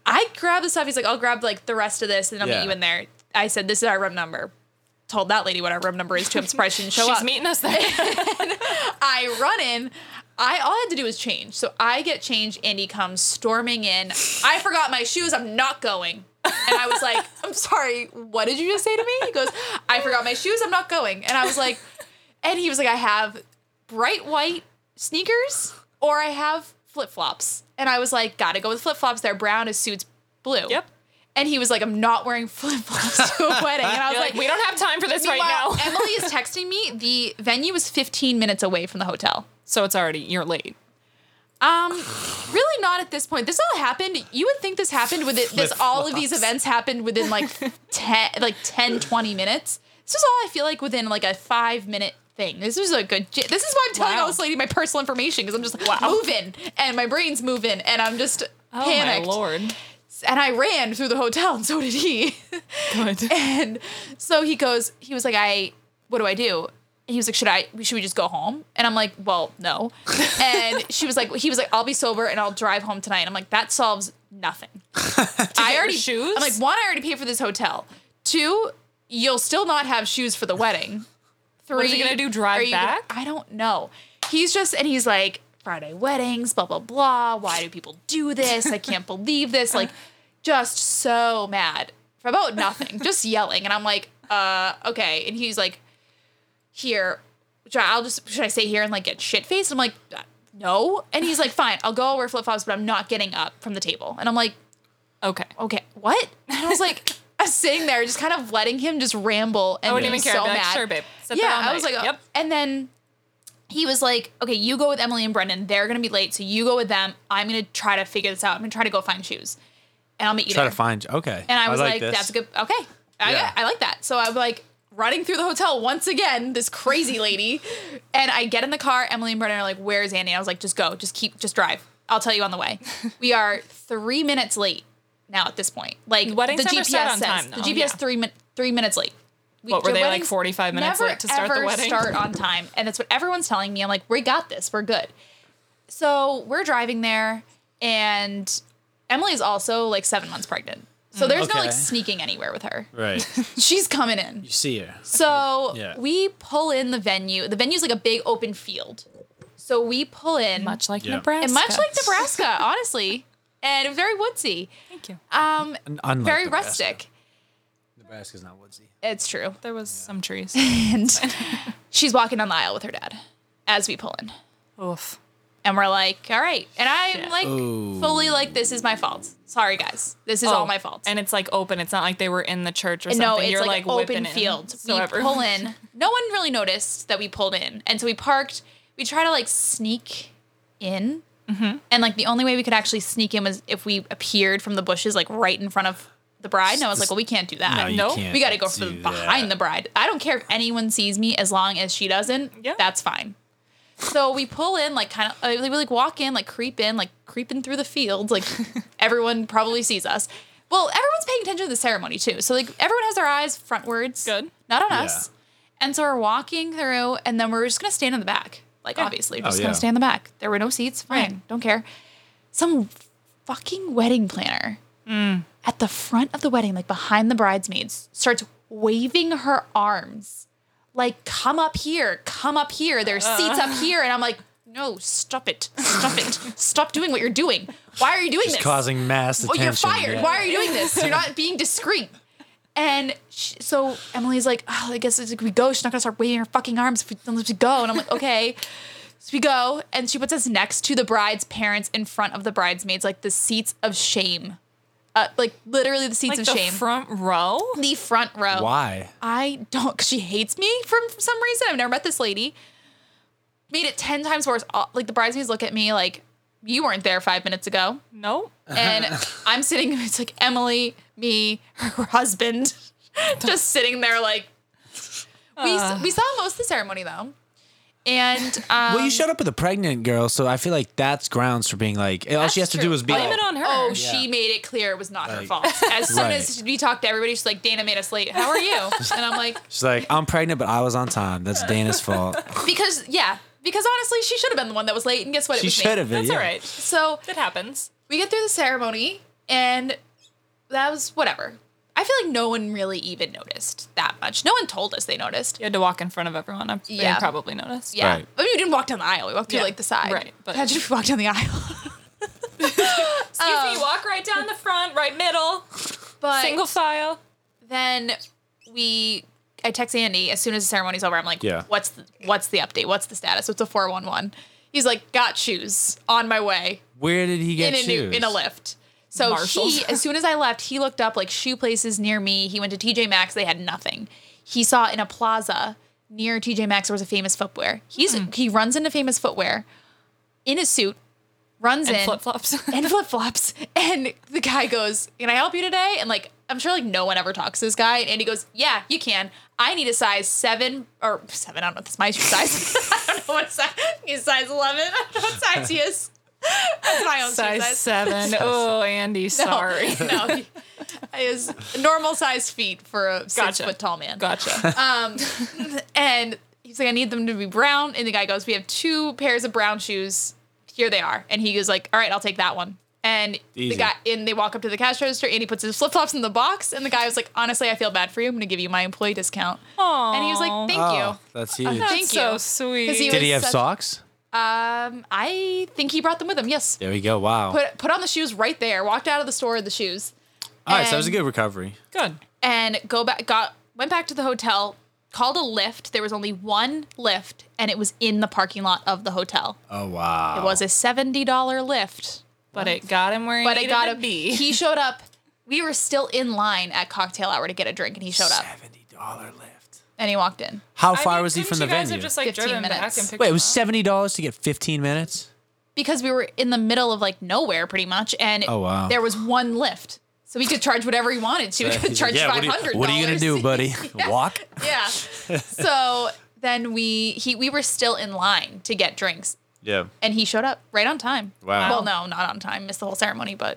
S3: I grab the stuff. He's like, I'll grab like the rest of this and I'll meet
S2: Yeah.
S3: you in there. I said, This is our room number. Told that lady what our room number is too. I'm surprised she didn't show
S1: She's
S3: up.
S1: meeting us there.
S3: I run in. I all I had to do was change. So I get changed. Andy comes storming in. I forgot my shoes. I'm not going. And I was like, I'm sorry. What did you just say to me? He goes, I forgot my shoes. I'm not going. And I was like, and he was like, I have bright white sneakers or I have flip flops. And I was like, gotta go with flip flops. They're brown. His suit's blue.
S1: Yep.
S3: And he was like, I'm not wearing flip flops to a wedding. And I was
S1: You're like, we don't have time for this right
S3: Meanwhile,
S1: now.
S3: Emily is texting me. The venue is 15 minutes away from the hotel.
S1: so it's already you're late.
S3: Um, really not at this point. This all happened. You would think this happened with it. This all of these events happened within like 10, like 10, 20 minutes. This is all I feel like within like a five minute thing. This was a good. j- This is why I'm telling
S1: Wow.
S3: all this lady my personal information because I'm just moving and my brain's moving and I'm just
S1: Oh
S3: panicked.
S1: my lord.
S3: And I ran through the hotel and so did he. And so he goes, he was like, I, what do I do? And he was like, should I, should we just go home? And I'm like, well, no. And she was like, he was like, I'll be sober and I'll drive home tonight. And I'm like, that solves nothing. I
S1: your
S3: already,
S1: shoes?
S3: I'm like, one, I already paid for this hotel. Two, you'll still not have shoes for the wedding. Three,
S1: is he gonna do, drive
S3: are you gonna-
S1: back?
S3: I don't know. He's just, and he's like, Friday weddings, blah, blah, blah. Why do people do this? I can't believe this. Like, just so mad for about nothing, just yelling. And I'm like, uh, okay. And he's like, here, should I, will just, should I stay here and like get shit faced? I'm like, uh, no. And he's like, fine, I'll go, I'll wear flip flops, but I'm not getting up from the table. And I'm like,
S1: Okay.
S3: okay, what? And I was like, I was sitting there just kind of letting him just ramble and
S1: I wouldn't
S3: being
S1: even care.
S3: so
S1: I'd be like,
S3: mad.
S1: sure, babe. Sit there
S3: Yeah,
S1: all
S3: I was
S1: night."
S3: like, oh.
S1: yep.
S3: and then he was like, okay, you go with Emily and Brendan. They're gonna be late, so you go with them. I'm gonna try to figure this out. I'm gonna try to go find shoes, and I'll meet you.
S2: Try
S3: there.
S2: to find you. Okay.
S3: And I was like,
S2: this.
S3: that's a good, okay. I,
S2: Yeah.
S3: I like that. So I'm like running through the hotel once again, this crazy lady. And I get in the car. Emily and Brennan are like, where's Andy? I was like, just go, just keep, just drive. I'll tell you on the way. we are three minutes late now at this point. Like
S1: Weddings
S3: the
S1: never
S3: GPS
S1: start on
S3: says,
S1: time,
S3: the
S1: though.
S3: GPS
S1: Yeah.
S3: three, min- three minutes late. We,
S1: What, were
S3: the
S1: they, like,
S3: weddings
S1: 45 minutes
S3: never,
S1: late to start the
S3: ever
S1: wedding?
S3: start on time. And that's what everyone's telling me. I'm like, we got this. We're good. So we're driving there, and Emily's also like seven months pregnant. So there's no like
S2: Mm. Okay.
S3: sneaking anywhere with her.
S2: right.
S3: She's coming in.
S2: You see her.
S3: So
S2: Yeah.
S3: we pull in the venue. The venue's like a big open field. So we pull in
S1: Much like
S2: Yeah.
S1: Nebraska.
S3: and much like Nebraska, honestly. And it was very woodsy.
S1: Thank you.
S3: Um
S2: Un- unlike
S3: very
S2: Nebraska.
S3: rustic.
S2: Nebraska's not woodsy.
S3: It's true.
S1: There was some trees.
S3: And she's walking down the aisle with her dad as we pull in.
S1: Oof.
S3: And we're like, all right. And I'm
S1: Shit.
S3: like
S2: Ooh.
S3: fully like, this is my fault. Sorry guys. This is all
S1: Oh,
S3: my fault.
S1: And it's like open. It's not like they were in the church or something.
S3: No, it's
S1: You're like,
S3: like, an open
S1: whipping in.
S3: field.
S1: So
S3: we
S1: everyone-
S3: pull in. No one really noticed that we pulled in, and so we parked. We try to like sneak in,
S1: Mm-hmm.
S3: and like the only way we could actually sneak in was if we appeared from the bushes, like right in front of the bride. And I was like, well, we can't do that.
S2: No, you
S1: Nope.
S2: can't
S3: we got to go for the,
S2: do
S3: behind
S2: that.
S3: the bride. I don't care if anyone sees me as long as she doesn't.
S1: Yeah.
S3: that's fine. So we pull in, like kind of, uh, we like walk in, like creep in, like creeping through the fields, like everyone probably sees us. Well, everyone's paying attention to the ceremony too. So like everyone has their eyes frontwards.
S1: Good.
S3: Not on
S2: Yeah.
S3: us. And so we're walking through, and then we're just gonna stand in the back. Like
S1: Yeah.
S3: obviously, we're
S2: Oh,
S3: just gonna
S2: yeah.
S3: stand in the back. There were no seats. Fine,
S1: Right.
S3: don't care. Some fucking wedding planner at the front of the wedding, like behind the bridesmaids, starts waving her arms, like "Come up here, come up here." There's seats up here, and I'm like, "No, stop it, stop it, stop doing what you're doing. Why are you doing
S2: It's
S3: this?"
S2: causing mass
S3: well,
S2: attention.
S3: you're fired.
S2: yeah.
S3: Why are you doing this? You're not being discreet. And she, so Emily's like, oh, I guess it's like we go. She's not gonna start waving her fucking arms if we, unless we go. And I'm like, okay. So we go, and she puts us next to the bride's parents in front of the bridesmaids, like the seats of shame, uh, like literally the seats
S1: Like
S3: of
S1: the
S3: shame,
S1: front row.
S3: the front row.
S2: Why?
S3: I don't, because she hates me for some reason. I've never met this lady. Made it ten times worse. All- Like the bridesmaids look at me like, you weren't there five minutes ago
S1: Nope.
S2: Oh.
S3: and I'm sitting. It's like Emily, me, her husband, just sitting there. Like we we saw most of the ceremony though, and um,
S2: Uh. Well, you showed up with a pregnant girl, so I feel like that's grounds for being like. All she has
S3: That's
S2: to
S3: true.
S2: do is be.
S1: Blame it on her.
S3: Oh,
S1: Yeah.
S3: she made it clear it was not her
S2: Like-
S3: fault. As soon
S2: Right.
S3: as we talked to everybody, she's like, "Dana made us late. How are you?" And I'm like,
S2: She's like, I'm pregnant, but I was on time. That's Dana's fault.
S3: "Because yeah, because honestly, she should have been the one that was late. And guess what? It
S2: she
S3: was me.
S2: should have been.
S1: That's
S2: yeah.
S1: all right.
S3: So
S1: It happens.
S3: we get through the ceremony and that was whatever. I feel like no one really even noticed that much. No one told us they noticed.
S1: You had to walk in front of everyone. I'm, yeah.
S3: Yeah.
S1: You probably noticed.
S3: Yeah.
S2: Right.
S3: I mean, we didn't walk down the aisle. We walked through
S1: Yeah,
S3: like the side.
S1: right, but-
S3: Imagine if we walked down the aisle.
S1: Excuse me, you walk right down the front, right middle,
S3: But
S1: single file.
S3: then we, I text Andy as soon as the ceremony's over. I'm like,
S2: Yeah.
S3: what's the, what's the update? What's the status? What's a 411? He's like, got shoes on my way
S2: Where did he get
S3: in a new,
S2: shoes?
S3: in a lift. So
S1: Marshalls.
S3: he, as soon as I left, he looked up like shoe places near me. He went to TJ Maxx. They had nothing. He saw in a plaza near TJ Maxx there was a famous footwear. He's he runs into famous footwear in a suit, runs
S1: And
S3: in
S1: flip flops.
S3: and flip flops. And the guy goes, Can I help you today? And like, I'm sure like no one ever talks to this guy. And Andy goes, Yeah, you can. I need a size seven or seven. I don't know if that's my shoe size. I don't know what size. He's size 11. I don't know what size he is. That's my own shoe
S1: Size
S3: size.
S1: seven. Oh, Andy, sorry.
S3: No, he- it is normal sized feet for a six
S1: Gotcha.
S3: foot tall man.
S1: Gotcha.
S3: And he's like, I need them to be brown. And the guy goes, We have two pairs of brown shoes. Here they are. And he goes like, All right, I'll take that one. And
S2: Easy.
S3: the guy and they walk up to the cash register and he puts his flip flops in the box. And the guy was like, Honestly, I feel bad for you. I'm gonna give you my employee discount.
S1: Aww.
S3: And he was like, Thank
S2: Oh, that's huge.
S3: no.
S1: That's
S3: Thank
S1: so
S3: you. 'Cause
S1: sweet.
S3: he
S2: Did he have
S3: was such-
S2: socks?
S3: you. Um, I think he brought them with him. Yes.
S2: There we go. Wow.
S3: Put put on the shoes right there, walked out of the store with the shoes.
S2: All right, so it was a
S3: and-
S2: good recovery.
S1: Good.
S3: and go back got went back to the hotel called a lift there was only one lift and it was in the parking lot of the hotel
S2: Oh wow.
S3: it was a $70 lift
S1: But it got him where he
S3: but it got
S1: to
S3: him
S1: be.
S3: he showed up we were still in line at cocktail hour to get a drink and he showed up
S2: Seventy dollar lift.
S3: and he walked in
S2: How
S1: I
S2: far
S1: mean,
S2: was he from
S1: couldn't
S2: the
S1: you guys
S2: venue?
S1: Have just like
S3: 15
S1: driven back
S3: minutes.
S1: and picked
S2: Wait, it
S1: him
S2: was
S1: up?
S2: seventy dollars to get fifteen minutes.
S3: because we were in the middle of like nowhere pretty much and
S2: Oh, wow.
S3: there was one lift so we could charge whatever he wanted to we could charge
S2: what are, you,
S3: $500
S2: what are you gonna do, buddy? Walk?
S3: yeah so then we he we were still in line to get drinks
S2: Yeah.
S3: and he showed up right on time.
S2: Wow.
S3: Well, no, not on time. Missed the whole ceremony, but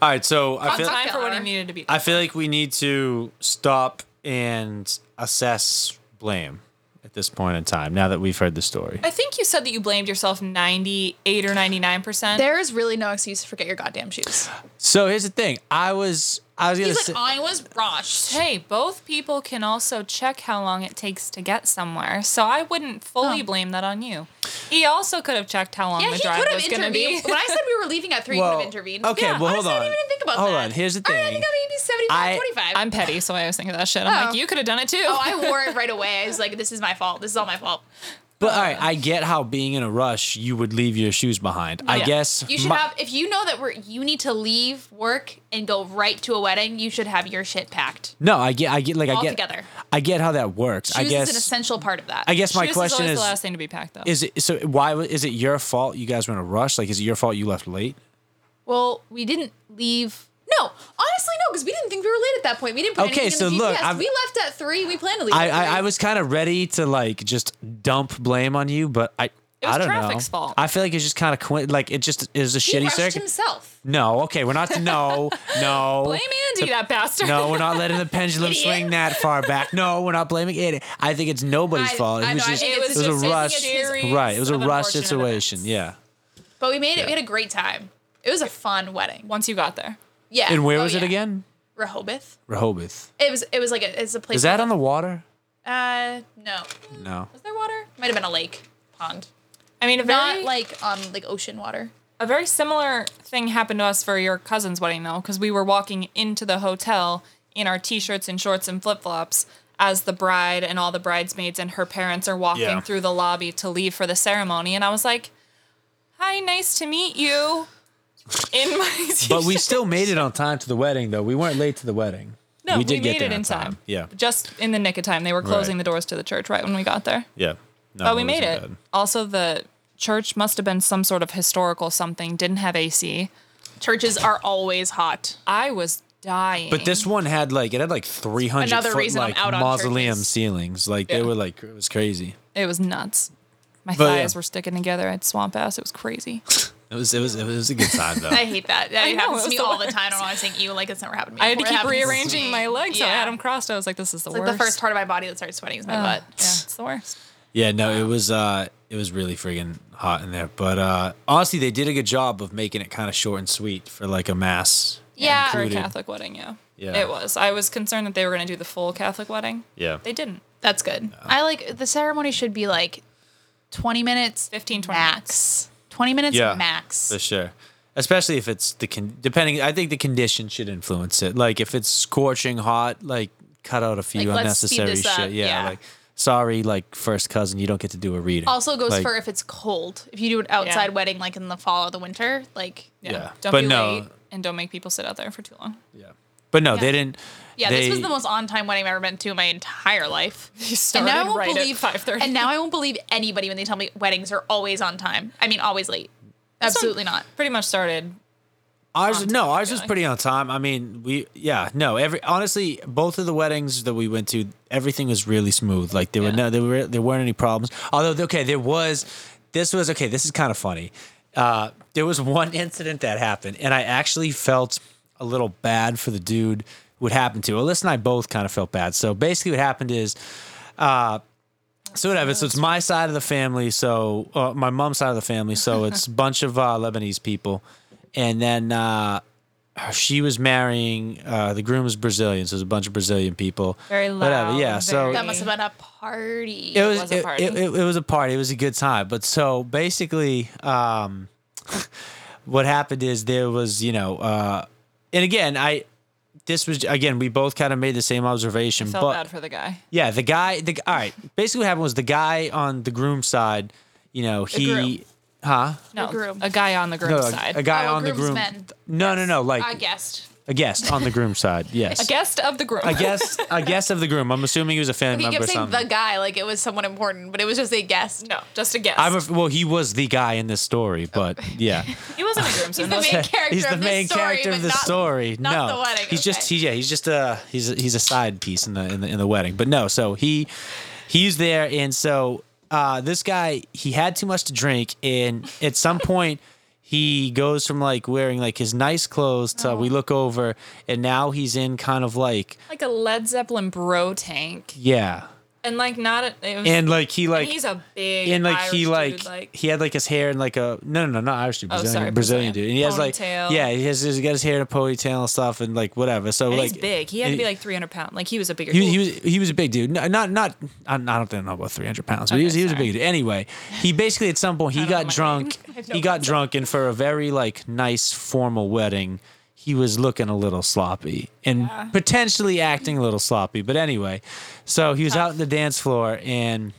S2: All right, so I
S1: on
S2: feel
S1: time for when he
S3: Hour.
S1: needed to be.
S2: I feel like we need to stop and assess blame at this point in time. Now that we've heard the story,
S1: I think you said that you blamed yourself 98 or 99%.
S3: there is really no excuse to forget your goddamn shoes.
S2: so here's the thing. I was I was gonna
S3: He's
S2: say,
S3: like, I was rushed.
S1: Hey, both people can also check how long it takes to get somewhere, so I wouldn't fully
S3: Oh.
S1: blame that on you. He also could have checked how long
S3: Yeah,
S1: the
S3: he
S1: drive
S3: could have
S1: was going to
S3: intervened.
S1: be.
S3: when I said we were leaving at three, he
S2: Well,
S3: could have intervened.
S2: okay,
S3: yeah,
S2: well, hold
S3: honestly, I
S2: on.
S3: didn't even think about
S2: Hold
S3: that.
S2: on, here's the
S3: All right, I
S2: thing.
S3: think I maybe 75,
S2: I-
S3: 25.
S1: I'm petty, so I always think of that shit. I'm
S3: Oh.
S1: like, you could have done it too.
S3: oh, I wore it right away. I was like, this is my fault. This is all my fault.
S2: but all right, I get how being in a rush you would leave your shoes behind. I
S1: Yeah.
S2: guess
S3: You should
S2: my-
S3: have, if you know that we're, you need to leave work and go right to a wedding, you should have your shit packed.
S2: No, I get I get like I get
S3: Altogether.
S2: I get how that works. I
S3: Shoes
S2: guess
S3: is an essential part of that.
S2: I guess my
S1: Shoes
S2: question
S1: is always
S2: is
S1: the last thing to be packed, though.
S2: is it so why wa- is it your fault you guys were in a rush? Like is it your fault you left late?
S3: Well, we didn't leave. No, honestly, no, because we didn't think we were late at that point. We didn't put
S2: Okay,
S3: anything
S2: so
S3: in the
S2: look,
S3: GPS.
S2: I'm-
S3: we left at three. We planned to leave.
S2: I
S3: at
S2: I,
S3: three.
S2: I was kind of ready to like just dump blame on you, but I
S1: It was
S2: I don't know.
S1: traffic's fault.
S2: I feel like it's just kind of coinc like it just is a
S3: He
S2: shitty
S3: rushed
S2: circuit.
S3: himself.
S2: No, okay, we're not. No, no.
S1: Blame Andy, that bastard.
S2: No, we're not letting the pendulum
S3: Idiot.
S2: swing that far back. No, we're not blaming it. I think it's nobody's
S3: I-
S2: fault. It
S3: I
S2: was
S3: know, I
S2: just,
S3: think
S2: it
S3: it's
S2: was,
S3: just-
S2: a
S3: I think
S2: rush.
S3: it is-
S2: Right, it was a
S1: of
S2: rush
S1: unfortunate
S2: situation.
S1: events.
S2: Yeah.
S3: But we made it.
S2: Yeah.
S3: We had a great time. It was a fun wedding.
S1: Once you got there,
S3: Yeah.
S2: And where
S3: Oh,
S2: was it
S3: yeah.
S2: again?
S3: Rehoboth.
S2: Rehoboth.
S3: It was. It was like a. It's a place.
S2: Is that on
S3: called-
S2: the water?
S3: Uh, no.
S2: No.
S3: Was there water? Might have been a lake, pond.
S1: I mean, a
S3: Not
S1: very,
S3: like um like ocean water.
S1: a very similar thing happened to us for your cousin's wedding though, because we were walking into the hotel in our t-shirts and shorts and flip-flops as the bride and all the bridesmaids and her parents are walking
S2: Yeah.
S1: through the lobby to leave for the ceremony, and I was like, "Hi, nice to meet you." In my t-shirt.
S2: But we still made it on time to the wedding, though. We weren't late to the wedding.
S1: no, we,
S2: did
S1: made
S2: get there
S1: it
S2: on
S1: in time.
S2: Yeah.
S1: just in the nick of time. They were closing
S2: Right.
S1: the doors to the church right when we got there.
S2: Yeah. No,
S1: but we
S2: it
S1: made it.
S2: wasn't bad.
S1: Also, the church must have been some sort of historical something. Didn't have AC.
S3: Churches are always hot.
S1: I was dying.
S2: But this one had like it had like 300
S3: Another
S2: foot
S3: reason I'm
S2: like
S3: out on
S2: mausoleum
S3: churches.
S2: ceilings. Like they
S1: Yeah.
S2: were like it was crazy.
S1: it was nuts. My
S2: But, yeah.
S1: thighs were sticking together. I had swamp ass. It was crazy.
S2: It was it was it was a good time though.
S3: I hate that. That
S1: I know,
S3: happens
S1: it
S3: to
S1: was
S3: me
S1: the
S3: all the
S1: worst.
S3: time. I don't want to think you like it's never happened to me.
S1: I had to
S3: before. It
S1: keep
S3: happens to
S1: rearranging
S3: me.
S1: my legs. So I
S3: Yeah.
S1: had them crossed. I was like, "This is the
S3: It's
S1: worst."
S3: like the first part of my body that starts sweating is my
S1: Oh,
S3: butt.
S1: yeah, it's the worst.
S2: Yeah, no, it was uh it was really friggin' hot in there. But uh honestly they did a good job of making it kind of short and sweet for like a mass.
S3: Yeah.
S1: for a
S2: Included.
S1: Catholic wedding. Yeah.
S2: Yeah.
S1: it was. I was concerned that they were going to do the full Catholic wedding.
S2: Yeah.
S1: They didn't.
S3: That's good. I like the ceremony should be like 20 minutes
S1: 15, 20
S3: max. 20 minutes
S2: Yeah.
S3: max.
S2: For sure. Especially if it's the con- depending I think the condition should influence it. Like if it's scorching hot, like cut out a few
S3: Like, let's speed
S2: unnecessary
S3: this
S2: shit.
S3: up,
S2: Yeah,
S3: yeah.
S2: like sorry like first cousin you don't get to do a reading.
S3: Also goes
S2: Like,
S3: for if it's cold. If you do an outside wedding like in the fall or the winter, like
S1: Yeah.
S2: Yeah.
S1: Don't
S2: But
S1: be
S2: no.
S1: late and don't make people sit out there for too long.
S2: Yeah. But no,
S3: Yeah.
S2: they didn't
S3: yeah, this was
S2: they-
S3: the most on time wedding I've ever been to in my entire life.
S1: You
S3: And
S1: started
S3: now I won't
S1: right
S3: believe
S1: at 5:30.
S3: And now I won't believe anybody when they tell me weddings are always on time. I mean always late. Absolutely not.
S1: pretty much started
S2: Ours
S1: on
S2: no,
S1: time,
S2: ours was
S1: really.
S2: pretty on time. I mean, we yeah, no, every honestly, both of the weddings that we went to, everything was really smooth. Like there were
S1: Yeah.
S2: no there were there weren't any problems. Although okay, there was this was okay, this is kind of funny. Uh there was one incident that happened and I actually felt a little bad for the dude what happened to. Alyssa and I both kind of felt bad. So basically what happened is uh, so whatever. So it's my side of the family. So uh, my mom's side of the family. So it's a bunch of uh, Lebanese people, and then uh, she was marrying uh, the groom was Brazilian. So it was a bunch of Brazilian people.
S1: Very loud.
S2: Whatever. Yeah. So
S1: very-
S3: That must have been a party.
S2: it was,
S1: was a
S2: it,
S1: party.
S2: It, it, it was a party. It was a good time. But so basically, um, what happened is there was you know, uh, and again I. This was again. We both kind of made the same observation,
S1: felt
S2: but
S1: bad for the guy.
S2: yeah, the guy. The all right. Basically, what happened was the guy on the groom side. You know,
S3: groom.
S2: he, huh?
S1: No,
S3: The groom.
S1: a guy on the groom's
S2: No, a,
S1: side,
S2: a guy
S3: Oh,
S2: on the groom.
S3: groomsmen.
S2: No, no, no. Like
S3: I guessed.
S2: a guest on the groom side. Yes,
S1: A guest of the groom.
S2: a guest. A guest of the groom. I'm assuming he was a family
S3: He
S2: member.
S3: kept
S2: or
S3: saying
S2: something.
S3: the guy like it was someone important, but it was just a guest.
S1: no, just a guest.
S2: I'm a, well, he was the guy in this story, but yeah,
S1: he wasn't a groom. So
S3: He's
S1: no
S3: the main character
S2: he's the
S3: of this
S2: main
S3: story,
S2: character
S3: but
S2: of the
S3: not-
S2: story.
S3: not
S2: no,
S3: the wedding,
S2: he's just
S3: okay.
S2: he, yeah, he's just a he's a, he's a side piece in the in the in the wedding. But no, so he he's there, and so uh, this guy he had too much to drink, and at some point. He goes from like wearing like his nice clothes to
S3: Oh.
S2: we look over and now he's in kind of like
S1: like a Led Zeppelin bro tank,
S2: yeah
S1: and like not. A, it was,
S2: and like he like
S1: and he's a big
S2: and like
S1: Irish
S2: he
S1: dude,
S2: like,
S1: like Oh,
S2: he had like his hair in like a no no no not Irish dude Brazilian,
S1: sorry,
S2: Brazilian
S1: Brazilian.
S2: dude and he has like
S1: Ponytail.
S2: yeah he has he's got his hair in a ponytail and stuff and like whatever so
S1: and
S2: like
S1: he's big. He had to
S2: and
S1: be like 300 pound. Like he was a bigger.
S2: he, he was he was a big dude No, not not I I don't think I know about three hundred pounds but he
S1: Okay,
S2: was he was a
S1: sorry.
S2: big dude anyway he basically at some point he
S1: don't know
S2: got
S1: my
S2: drunk
S1: name. I have no
S2: he got
S1: concept.
S2: drunk and for a very like nice formal wedding he was looking a little sloppy and potentially acting a little sloppy but anyway so he was out in the dance floor and.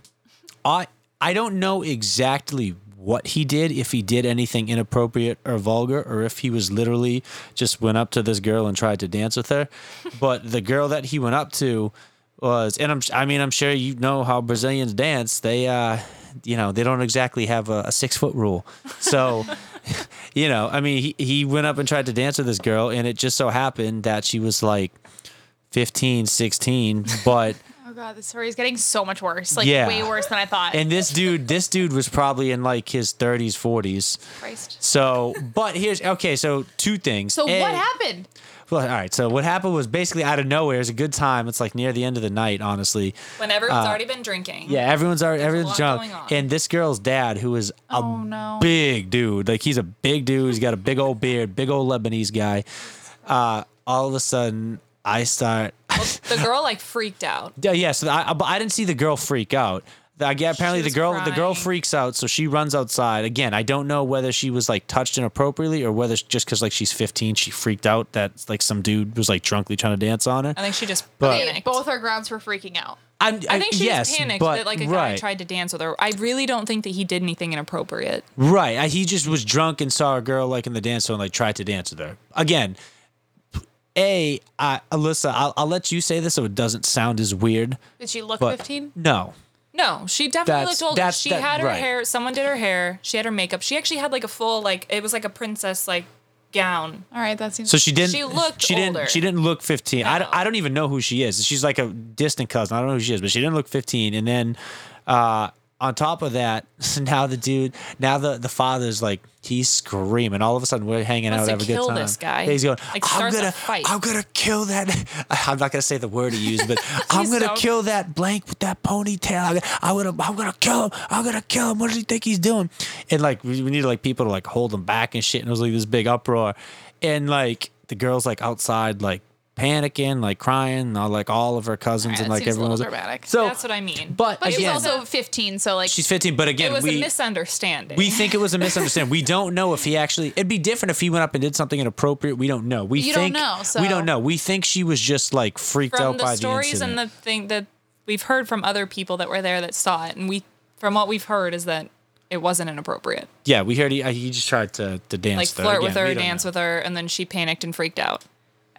S2: I I don't know exactly what he did, if he did anything inappropriate or vulgar, or if he was literally just went up to this girl and tried to dance with her. But the girl that he went up to was, and I'm I mean I'm sure you know how Brazilians dance. They uh, you know, they don't exactly have a, a six foot rule, so. You know, I mean, he, he went up and tried to dance with this
S1: Oh
S2: girl, and it just so happened that she was like 15, 16, but
S3: god, the story is getting so much worse. Like
S2: Yeah.
S3: way worse than I thought.
S2: And this dude, this dude was probably in like his 30s, 40s.
S3: Christ.
S2: So, but here's okay. So, two things.
S3: So
S2: A-
S3: what happened?
S2: Well, all right. So, what happened was basically out of nowhere. It was a good time. It's like near the end of the night, honestly.
S1: When everyone's already been drinking.
S2: uh, Yeah, everyone's already everyone's
S1: lot
S2: drunk.
S1: going on.
S2: And this girl's dad, who is a
S3: Oh, no.
S2: big dude, like he's a big dude. He's got a big old beard, big old Lebanese guy. Uh, all of a sudden, I start.
S1: Well, the girl like freaked out.
S2: Yeah, yeah. So I, I- but I didn't see the girl freak out. I get apparently the
S1: was
S2: girl the girl
S1: crying.
S2: freaks out, so she runs outside. Again, I don't know whether she was like touched inappropriately or whether just because like she's 15, she freaked out that like some dude was like drunkly trying to dance on her.
S1: I think she just
S2: But-
S3: They-
S1: panicked.
S3: both are grounds for freaking out.
S2: I'm,
S1: Uh, I think she
S2: yes,
S1: just panicked
S2: but,
S1: that like a guy
S2: right.
S1: tried to dance with her. I really don't think that he did anything inappropriate.
S2: Right. I, he just was drunk and saw a girl like in the dance floor and like tried to dance with her. Again, A, I, Alyssa, I'll, I'll let you say this so it doesn't sound as weird.
S3: Did she look
S2: But
S3: fifteen?
S2: no.
S1: No, she definitely
S2: That's-
S1: looked older.
S2: that's-
S1: she
S2: that-
S1: had her
S2: right.
S1: hair. Someone did her hair. She had her makeup. She actually had like a full like it was like a princess like gown.
S3: All right, that seems
S2: So she didn't.
S1: She looked
S2: She didn't.
S1: older.
S2: She didn't look fifteen. I, don't-
S1: No.
S2: I don't even know who she is. She's like a distant cousin. I don't know who she is, but she didn't look fifteen. And then, uh, on top of that, now the dude, now the the father's like he's screaming. All of a sudden, we're hanging
S1: Wants
S2: out,
S1: to
S2: have a good
S1: kill
S2: time.
S1: this guy.
S2: Yeah, he's going.
S1: Like,
S2: I'm
S1: starts a
S2: gonna.
S1: fight."
S2: I'm gonna kill that. I'm not gonna say the word he used, but I'm
S1: Please
S2: gonna
S1: don't.
S2: kill that blank with that ponytail. I, I would. I'm gonna kill him. I'm gonna kill him. What does he think he's doing? And like we, we needed like people to like hold him back and shit. And it was like this big uproar, and like the girls like outside like panicking, like crying, and all, like all of her cousins
S3: Alright,
S2: and
S3: that
S2: like
S3: seems a
S2: everyone was
S3: little dramatic.
S2: So
S1: That's what I mean.
S2: But,
S3: But she's
S2: again,
S3: also fifteen, so like
S2: she's 15. But
S1: It
S2: again,
S1: was
S2: we
S1: a misunderstanding.
S2: we think it was a misunderstanding. we don't know if he actually. It'd be different if he went up and did something inappropriate. We don't know. We
S3: You don't
S2: think
S3: know,
S2: we
S3: so-
S2: don't know. We think she was just like freaked
S1: from
S2: out by
S1: the
S2: the
S1: stories
S2: incident.
S1: and the thing that we've heard from other people that were there that saw it, and we from what we've heard is that it wasn't inappropriate.
S2: yeah, we heard he, uh, he just tried to, to dance,
S1: Like
S2: though.
S1: flirt
S2: Again,
S1: with
S2: we
S1: her,
S2: don't
S1: dance
S2: know.
S1: with her, and then she panicked and freaked out.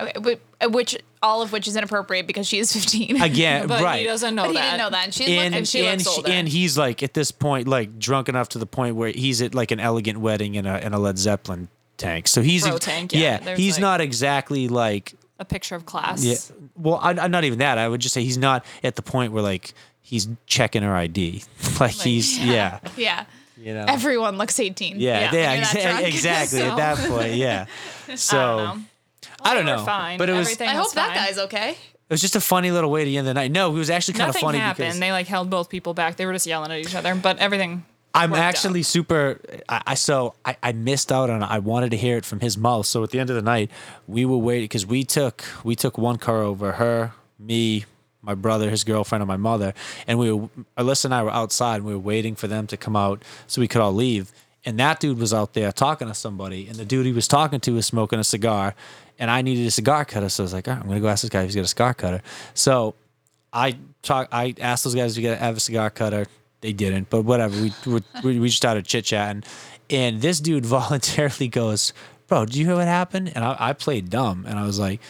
S3: Okay, but- which all of which is inappropriate because she is fifteen.
S2: Again,
S1: But
S2: Eh, right.
S1: he doesn't know
S3: but he
S1: that.
S3: didn't know that. And she
S2: and,
S3: looked, and she
S2: and,
S3: looks
S2: she-
S3: older.
S2: and he's like at this point like drunk enough to the point where he's at like an elegant wedding in a in a Led Zeppelin tank. So he's
S1: Pro tank, yeah. There's,
S2: he's
S1: like-
S2: not exactly like
S1: A picture of class.
S2: yeah. Well, I, I'm not even that. I would just say he's not at the point where like he's checking her ID. like, he's yeah,
S3: yeah.
S2: you know.
S3: Everyone looks
S2: yeah,
S3: 18. when
S2: yeah,
S3: you're that
S2: exa-
S3: drunk.
S2: exactly. At
S1: So-
S2: that point, yeah. So I
S1: know.
S2: don't know. I
S1: they were fine.
S2: But it was
S1: Everything-
S3: I hope that
S1: That's fine.
S3: guy's okay.
S2: it was just a funny little way to end the night. No, it was actually kind
S1: Nothing
S2: of funny
S1: happened.
S2: because
S1: they like held both people back. They were just yelling at each other, but everything.
S2: I'm
S1: worked out.
S2: actually super. I, I so I, I missed out on. it. I wanted to hear it from his mouth. So at the end of the night, we were waiting because we took we took one car over her, me, my brother, his girlfriend, and my mother, and we were Alyssa and I were outside. and We were waiting for them to come out so we could all leave. And that dude was out there talking to somebody, and the dude he was talking to was smoking a cigar, and I needed a cigar cutter, so I was like, all right, I'm gonna go ask this guy if he's got a cigar cutter. So I talk. I asked those guys to get have a cigar cutter. They didn't, but whatever. We we, we just started chit chatting, and this dude voluntarily goes, "Bro, do you hear what happened?" And I, I played dumb, and I was like,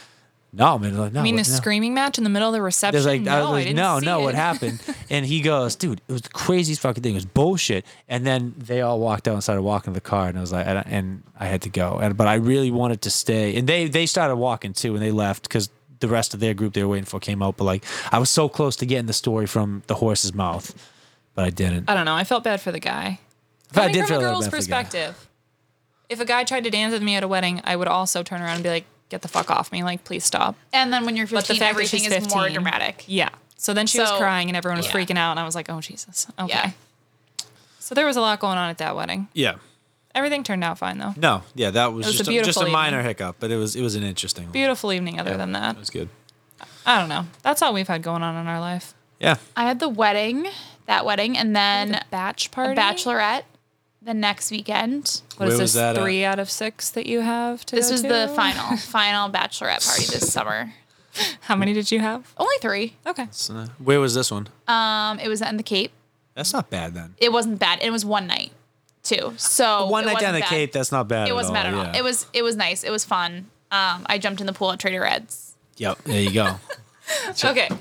S2: "No, man, like, no."
S1: I mean, a
S2: no.
S1: screaming match in the middle of the reception.
S2: There's like,
S1: no,
S2: I was
S1: I
S2: like,
S1: didn't
S2: no,
S1: see
S2: no,
S1: it.
S2: what happened? and he goes, dude, it was the craziest fucking thing. It was bullshit. And then they all walked out and started walking to the car, and I was like, and I, and I had to go, and but I really wanted to stay. And they they started walking too, and they left because the rest of their group they were waiting for came out. But like, I was so close to getting the story from the horse's mouth, but I didn't.
S1: I don't know. I felt bad for the guy.
S2: But
S1: Uh, Coming
S2: I did
S1: from
S2: feel
S1: a
S2: little
S1: girl's
S2: bad for the guy.
S1: perspective, if a guy tried to dance with me at a wedding, I would also turn around and be like, "Get the fuck off me! Like, please stop."
S3: And then when you're
S1: But the
S3: 15,
S1: fact that
S3: everything
S1: she's
S3: is more
S1: 15
S3: dramatic.
S1: Yeah. So then she was
S3: So-
S1: crying and everyone was
S3: yeah.
S1: freaking out, and I was like, "Oh Jesus." Okay.
S3: Yeah.
S1: So there was a lot going on at that wedding.
S2: Yeah.
S1: Everything turned out fine though.
S2: No. Yeah, that was,
S1: was a
S2: just a,
S1: beautiful
S2: just a
S1: evening.
S2: minor hiccup, but it was it was an interesting. one.
S1: Beautiful evening. Other than that,
S2: It was good.
S1: I don't know. That's all we've had going on in our life.
S2: Yeah.
S3: I had the wedding, that wedding, and then
S1: The batch
S3: a
S1: party.
S3: bachelorette the next weekend.
S2: Where
S1: What is
S2: was
S1: this?
S2: that at?
S1: three out of six that you have to.
S3: This
S1: go
S3: was
S1: to?
S3: the final, final bachelorette party this summer.
S1: How many did you have?
S3: Only three.
S1: Okay.
S2: So, uh, where was this one?
S3: Um, it was in the Cape.
S2: That's not bad then.
S3: It wasn't bad. It was one night, too. So
S2: One
S3: Oh, it
S2: night down
S3: wasn't
S2: the
S3: bad.
S2: Cape, that's not bad.
S3: It wasn't
S2: at
S3: bad at
S2: all.
S3: all.
S2: yeah.
S3: It was it was nice. It was fun. Um, I jumped in the pool at Trader Ed's.
S2: Yep. There you go.
S1: Okay. Uh,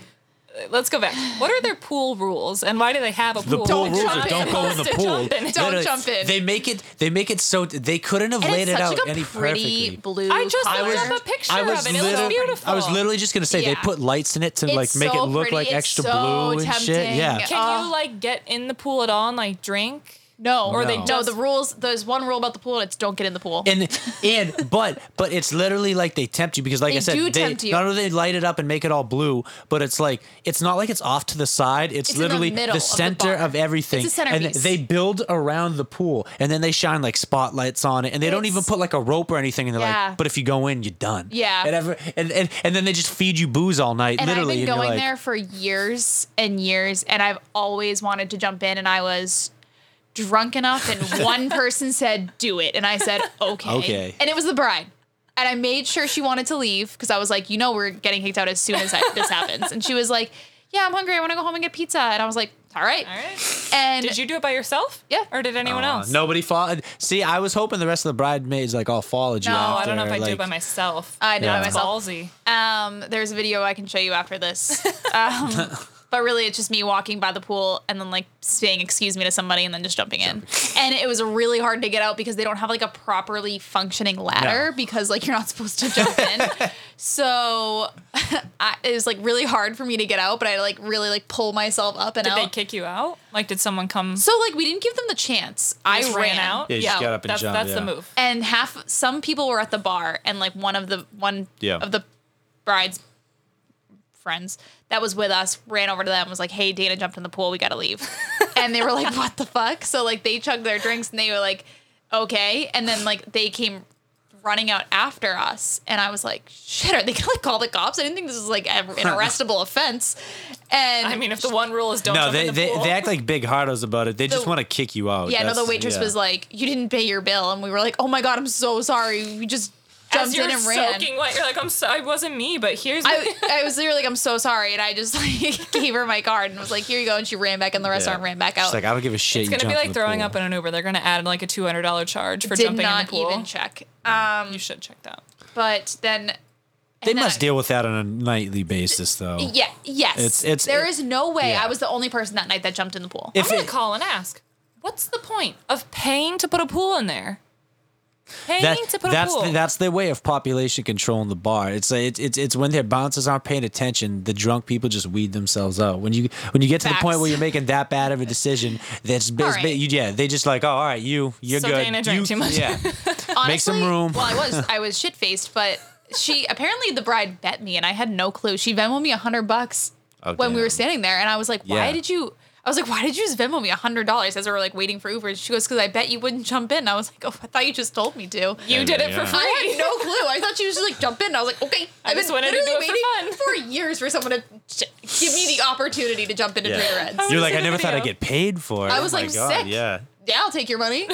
S1: let's go back. What are their pool rules and why do they have a
S2: The pool
S1: pool?
S3: Don't
S2: rules
S3: jump
S2: are
S3: in.
S2: don't go in the
S1: Don't
S2: pool.
S1: jump in. Don't
S2: Literally,
S3: jump in.
S2: They make it. They make it so they couldn't have
S3: And
S2: laid
S3: it's
S2: it
S3: such
S2: out
S3: like a
S2: any
S3: pretty
S2: perfectly.
S3: blue
S1: I just
S3: color.
S1: looked up a picture
S2: I was
S1: of it. It
S2: literally,
S1: looks beautiful.
S2: I was literally just gonna say they
S3: Yeah.
S2: put lights in it to
S3: It's
S2: like make
S3: so
S2: it look
S3: pretty.
S2: like
S3: It's
S2: extra
S3: so
S2: blue and shit.
S3: tempting.
S2: Yeah,
S1: Can
S3: Ugh.
S1: you like get in the pool at all and like drink?
S3: No,
S2: Or they
S3: no.
S1: just-
S3: the rules. There's one rule about the pool. and It's don't get in the pool.
S2: and and but but it's literally like they tempt you because like
S3: They
S2: I said,
S3: do
S2: they
S3: tempt you.
S2: not only they light it up and make it all blue, but it's like it's not like it's off to the side. It's,
S3: It's in the
S2: literally
S3: middle of the
S2: center
S3: bar.
S2: of everything.
S3: It's the
S2: and
S3: centerpiece.
S2: they build around the pool and then they shine like spotlights on it and they don't even
S3: It's-
S2: put like a rope or anything. And they're
S3: Yeah.
S2: like, but if you go in, you're done.
S3: Yeah.
S2: And, ever, and, and and then they just feed you booze all night.
S3: and
S2: literally, and
S3: I've been
S2: you're
S3: going
S2: like,
S3: there for years and years, and I've always wanted to jump in, and I was drunk enough, and one person said, "Do it," and I said, "Okay."
S2: Okay.
S3: And it was the bride, and I made sure she wanted to leave because I was like, "You know, we're getting kicked out as soon as I, this happens," and she was like, "Yeah, I'm hungry. I want to go home and get pizza," and I was like, "All right."
S1: All right.
S3: And
S1: Did you do it by yourself?
S3: Yeah.
S1: Or did anyone
S2: "Aw,
S1: else?
S2: Nobody followed. See, I was hoping the rest of the bridesmaids like all followed you.
S3: No,
S1: Oh, I
S2: after,
S1: don't know if I do
S2: like-
S1: it by myself.
S3: I did it by
S2: Yeah.
S3: myself.
S1: Ballsy.
S3: Um, there's a video I can show you after this. Um, but really, it's just me walking by the pool and then like saying "excuse me" to somebody and then just jumping in. And it was really hard to get out because they don't have like a properly functioning ladder
S2: No.
S3: because like you're not supposed to jump in. so I, it was like really hard for me to get out, but I like really like pull myself up and
S1: Did
S3: out.
S1: they kick you out? Like, did someone come?
S3: so like we didn't give them the chance. I
S1: just ran out?
S2: Yeah, you just got up and
S1: that's
S2: jumped.
S1: that's the
S2: yeah.
S1: move.
S3: and half some people were at the bar and like one of the one
S2: Yeah.
S3: of the bride's friends that was with us ran over to them and was like hey dana jumped in the pool we gotta leave and they were like what the fuck so like they chugged their drinks and they were like okay and then like they came running out after us and i was like shit are they gonna like call the cops i didn't think this was like a- an arrestable offense and
S1: I mean, if the one rule is don't
S2: No,
S1: jump
S2: they,
S1: in the
S2: they,
S1: pool.
S2: they act like big hardos about it. They just
S3: The-
S2: want to kick you out.
S3: yeah, no,
S2: That's-
S3: the waitress
S2: yeah.
S3: was like, "You didn't pay your bill," and we were like, "Oh my god, I'm so sorry. We just
S1: As
S3: jumped
S1: you're
S3: in and ran."
S1: soaking wet, you're like, I'm so, it wasn't me, but here's
S3: I, I was literally like, I'm so sorry. And I just like gave her my card and was like, here you go. And she ran back in the restaurant,
S2: Yeah.
S3: ran back
S2: She's
S3: out.
S2: like, I don't give a shit.
S1: It's
S2: you
S1: gonna be
S2: jumped
S1: like
S2: in the
S1: throwing
S2: pool.
S1: up in an Uber. They're gonna add like a two hundred dollar charge for
S3: Did
S1: jumping in the
S3: not
S1: pool.
S3: even check. Um,
S1: you should check that.
S3: but then.
S2: They
S3: and then
S2: must
S3: I-
S2: deal with that on a nightly basis, though.
S3: Yeah. Yes.
S2: It's- it's-
S3: There
S2: it-
S3: is no way
S2: yeah.
S3: I was the only person that night that jumped in the pool.
S1: I'm
S2: If
S1: gonna
S2: it-
S1: call and ask. What's the point of paying to put a pool in there? Paying
S2: That,
S1: to put
S2: that's
S1: a pool.
S2: the, that's their way of population control in the bar. It's like, it's it's it's when their bouncers aren't paying attention, the drunk people just weed themselves out. When you when you get to the point
S3: Facts.
S2: where you're making that bad of a decision, that's it's,
S3: All right.
S2: you, yeah, they just like, oh, all right, you you're
S1: So
S2: good.
S1: Dana drank
S2: You-
S1: too much.
S2: Yeah,
S3: Honestly,
S2: make some room.
S3: Well, I was I was shit faced, but she apparently the bride bet me, and I had no clue. She Venmo me a hundred bucks
S2: Oh,
S3: when we
S2: damn.
S3: were standing there, and I was like, "Why
S2: Yeah.
S3: did you?" I was like, "Why did you just Venmo me a hundred dollars?" As we were like waiting for Uber, she goes, "Because I bet you wouldn't jump in." I was like, "Oh, I thought you just told me to."
S1: you did it
S2: Yeah.
S1: for free.
S3: I had no clue. I thought she was just like jump in. I was like, okay.
S1: I just wanted to do
S3: literally
S1: it for
S3: waiting for years for someone to ch- give me the opportunity to jump into
S2: Yeah.
S3: Trader Ed's.
S1: was
S2: You're like,
S1: in
S2: I
S1: a
S2: never thought I'd
S1: video.
S2: get paid for it.
S3: I
S2: Oh
S3: was
S2: my
S3: like
S2: God,
S3: sick.
S2: Yeah.
S3: yeah, I'll take your money.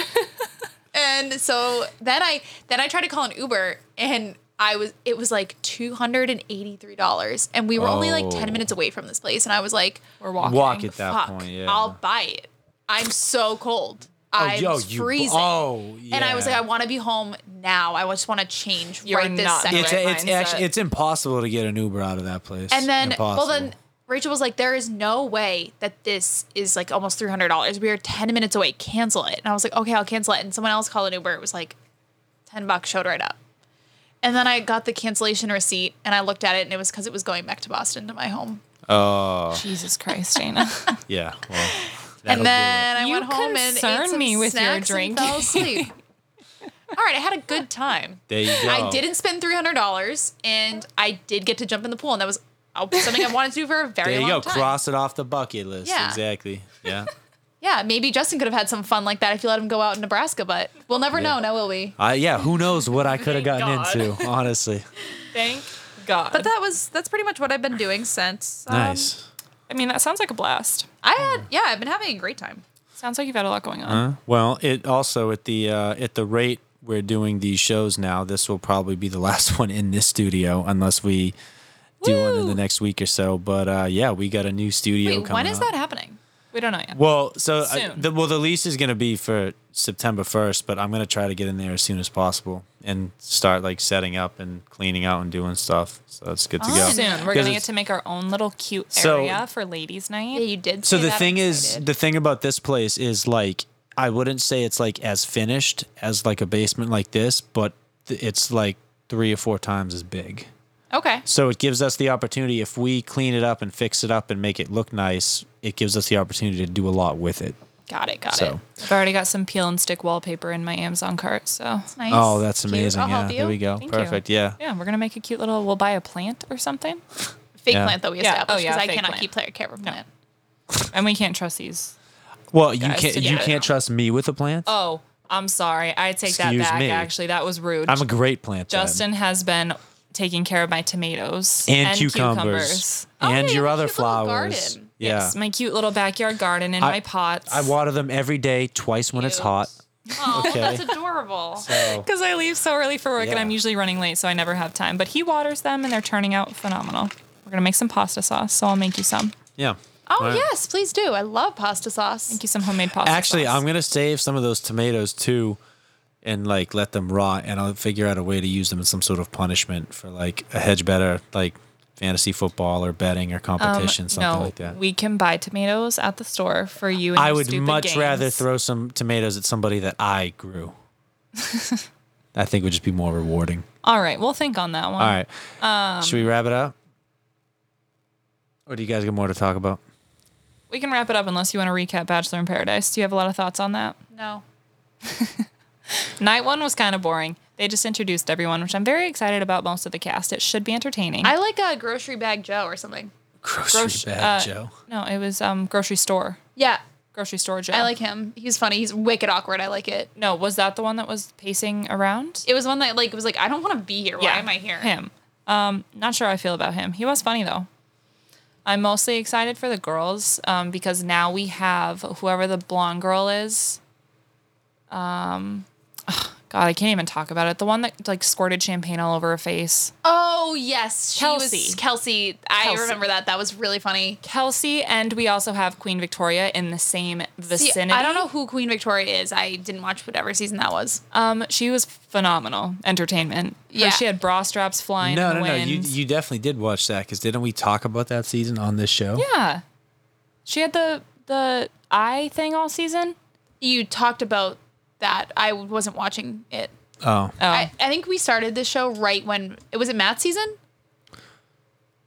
S3: and so then I then I tried to call an Uber and I was it was like two hundred and eighty three dollars and we were only like
S2: Oh.
S3: ten minutes away from this place and I was like,
S1: We're walking.
S2: Walk at that
S3: fuck,
S2: point. Yeah. Oh,
S3: I'll buy it. I'm so cold. I'm
S2: yo, you-
S3: freezing.
S2: oh,
S3: And I was like,
S2: yeah.
S3: I want to be home now. I just want to change
S1: You're
S3: right this
S1: not
S3: second.
S1: the
S2: it's
S1: right
S2: it's
S1: mindset.
S2: actually it's impossible to get an Uber out of that place.
S3: And then,
S2: impossible.
S3: well, then Rachel was like, "There is no way that this is like almost three hundred dollars. We are ten minutes away. Cancel it." And I was like, "Okay, I'll cancel it." And someone else called an Uber. It was like ten bucks showed right up. And then I got the cancellation receipt and I looked at it and it was because it was going back to Boston to my home.
S2: oh
S1: Jesus Christ, Dana.
S2: yeah. Well,
S3: and then I
S1: You
S3: went home and ate
S1: concern
S3: some
S1: me with your
S3: snacks and
S1: drinking.
S3: fell asleep. All right, I had a good time.
S2: there you go.
S3: I didn't spend three hundred dollars and I did get to jump in the pool and that was uh, something I wanted to do for a very
S2: There you go.
S3: long time.
S2: Cross it off the bucket list.
S3: Yeah.
S2: Exactly. Yeah.
S3: Yeah, maybe Justin could have had some fun like that if you let him go out in Nebraska, but we'll never
S2: Yeah.
S3: know, now will we?
S2: I yeah. Who knows what I could have
S1: Thank
S2: gotten
S1: God.
S2: into? Honestly.
S1: Thank God.
S3: But that was that's pretty much what I've been doing since. um,
S2: nice.
S1: I mean, that sounds like a blast.
S3: I had yeah, I've been having a great time.
S1: Sounds like you've had a lot going on.
S2: Well, it also at the uh, at the rate we're doing these shows now, this will probably be the last one in this studio unless we do one in
S1: Woo!
S2: the next week or so. But uh, yeah, we got a new studio
S3: Wait,
S2: coming.
S3: when is
S2: up.
S3: that happening?
S1: We don't know yet.
S2: Well, so I,
S1: Soon.
S2: the, well the lease is going to be for September 1st, but I'm going to try to get in there as soon as possible and start like setting up and cleaning out and doing stuff. So it's good to go.
S1: Soon. We're
S2: 'Cause
S1: going to
S2: it's-
S1: get to make our own little cute
S2: So-
S1: area for ladies' night.
S3: Yeah, you did.
S2: So
S3: say
S2: the
S3: that.
S2: thing
S3: I'm
S2: is,
S3: excited.
S2: the thing about this place is like I wouldn't say it's like as finished as like a basement like this, but th- it's like three or four times as big.
S3: okay.
S2: So it gives us the opportunity if we clean it up and fix it up and make it look nice, it gives us the opportunity to do a lot with it.
S3: Got it. Got
S2: So
S3: it.
S1: I've already got some peel and stick wallpaper in my Amazon cart. So,
S3: Nice.
S2: Oh, that's
S3: Cute.
S2: amazing.
S3: I'll
S2: Yeah.
S3: help you.
S2: There we go.
S1: Thank you.
S2: Perfect. Yeah.
S1: yeah, we're going to make a cute little, we'll buy a plant or something.
S3: Fake
S2: Yeah.
S3: plant that we
S1: Yeah.
S3: established
S1: Oh,
S3: because
S1: yeah,
S3: I
S1: fake
S3: cannot
S1: plant.
S3: keep player camera plant.
S1: And we can't trust these.
S2: Well, you
S1: Guys,
S2: can't
S1: so
S2: you
S1: yeah.
S2: can't trust me with a plant.
S1: Oh, I'm sorry. I take that
S2: Excuse
S1: back,
S2: me.
S1: actually. That was rude.
S2: I'm a great plant. then.
S1: Justin has been taking care of my tomatoes
S2: and, cucumbers,
S3: Oh, yeah,
S2: and
S3: you
S2: your
S3: have a
S2: other
S3: cute little
S2: flowers.
S3: garden.
S2: Yeah.
S1: Yes, my cute little backyard garden and
S2: I-
S1: my pots.
S2: I water them every day, twice when it's
S3: Cute.
S2: hot.
S3: Oh,
S2: Okay.
S3: that's adorable.
S2: So
S1: because I leave so early for work and
S2: Yeah.
S1: I'm usually running late, so I never have time. But he waters them and they're turning out phenomenal. We're gonna make some pasta sauce, so I'll make you some.
S2: yeah.
S3: Oh
S2: Alright.
S3: yes, please do. I love pasta sauce.
S1: Make you some homemade pasta.
S2: Actually,
S1: sauce.
S2: I'm gonna save some of those tomatoes too, and like let them rot, and I'll figure out a way to use them in some sort of punishment for like a hedge better, like fantasy football or betting or competition, something
S1: Um, no,
S2: like that.
S1: we can buy tomatoes at the store for you. And
S2: I
S1: your
S2: would
S1: stupid
S2: much
S1: games.
S2: rather throw some tomatoes at somebody that I grew. I think would just be more rewarding.
S1: All right, we'll think on that one.
S2: All right. Should we wrap it up? Or do you guys got more to talk about?
S1: we can wrap it up unless you want to recap Bachelor in Paradise. Do you have a lot of thoughts on that?
S3: no.
S1: Night one was kind of boring. They just introduced everyone, which I'm very excited about. Most of the cast, it should be entertaining.
S3: I like a grocery bag Joe or something.
S2: Grocery
S1: Groc-
S2: bag,
S1: uh,
S2: Joe.
S1: No, it was um grocery store.
S3: Yeah.
S1: Grocery store Joe.
S3: I like him. He's funny. He's wicked awkward. I like it.
S1: No, was that the one that was pacing around?
S3: It was one that like was like I don't want to be here. Why am I here?
S1: Him. Um, not sure how I feel about him. He was funny though. I'm mostly excited for the girls um, because now we have whoever the blonde girl is. Um, God, I can't even talk about it. The one that like squirted champagne all over her face.
S3: Oh yes, she was
S1: Kelsey.
S3: Kelsey. I
S1: Kelsey.
S3: remember that. That was really funny.
S1: Kelsey, and we also have Queen Victoria in the same
S3: See,
S1: vicinity.
S3: I don't know who Queen Victoria is. I didn't watch whatever season that was.
S1: Um, she was phenomenal entertainment. Her-
S3: Yeah.
S1: she had bra straps flying.
S2: No,
S1: in the
S2: no, no. You
S1: wind.
S2: you definitely did watch that because didn't we talk about that season on this show?
S1: Yeah. She had the the eye thing all season.
S3: You talked about that. I wasn't watching it.
S2: Oh,
S1: Oh.
S3: I, I think we started this show right when it was it Matt's season.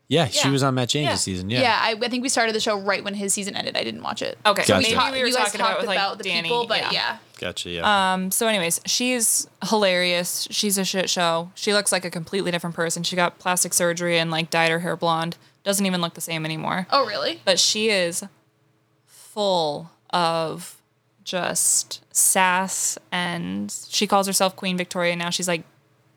S2: yeah.
S3: Yeah.
S2: She was on Matt James'
S1: Yeah.
S2: season. Yeah.
S3: I, I think we started the show right when his season ended. I didn't watch it.
S1: okay.
S2: Gotcha.
S1: Maybe
S3: Talk-
S1: we were
S3: you guys
S1: talking about,
S3: talked
S1: with,
S3: about,
S1: like,
S3: the
S1: Danny,
S3: people, but yeah.
S2: Gotcha. Yeah.
S1: Um, so anyways, she's hilarious. She's a shit show. She looks like a completely different person. She got plastic surgery and like dyed her hair blonde. Doesn't even look the same anymore.
S3: Oh really?
S1: But she is full of just sass and she calls herself Queen Victoria now. She's like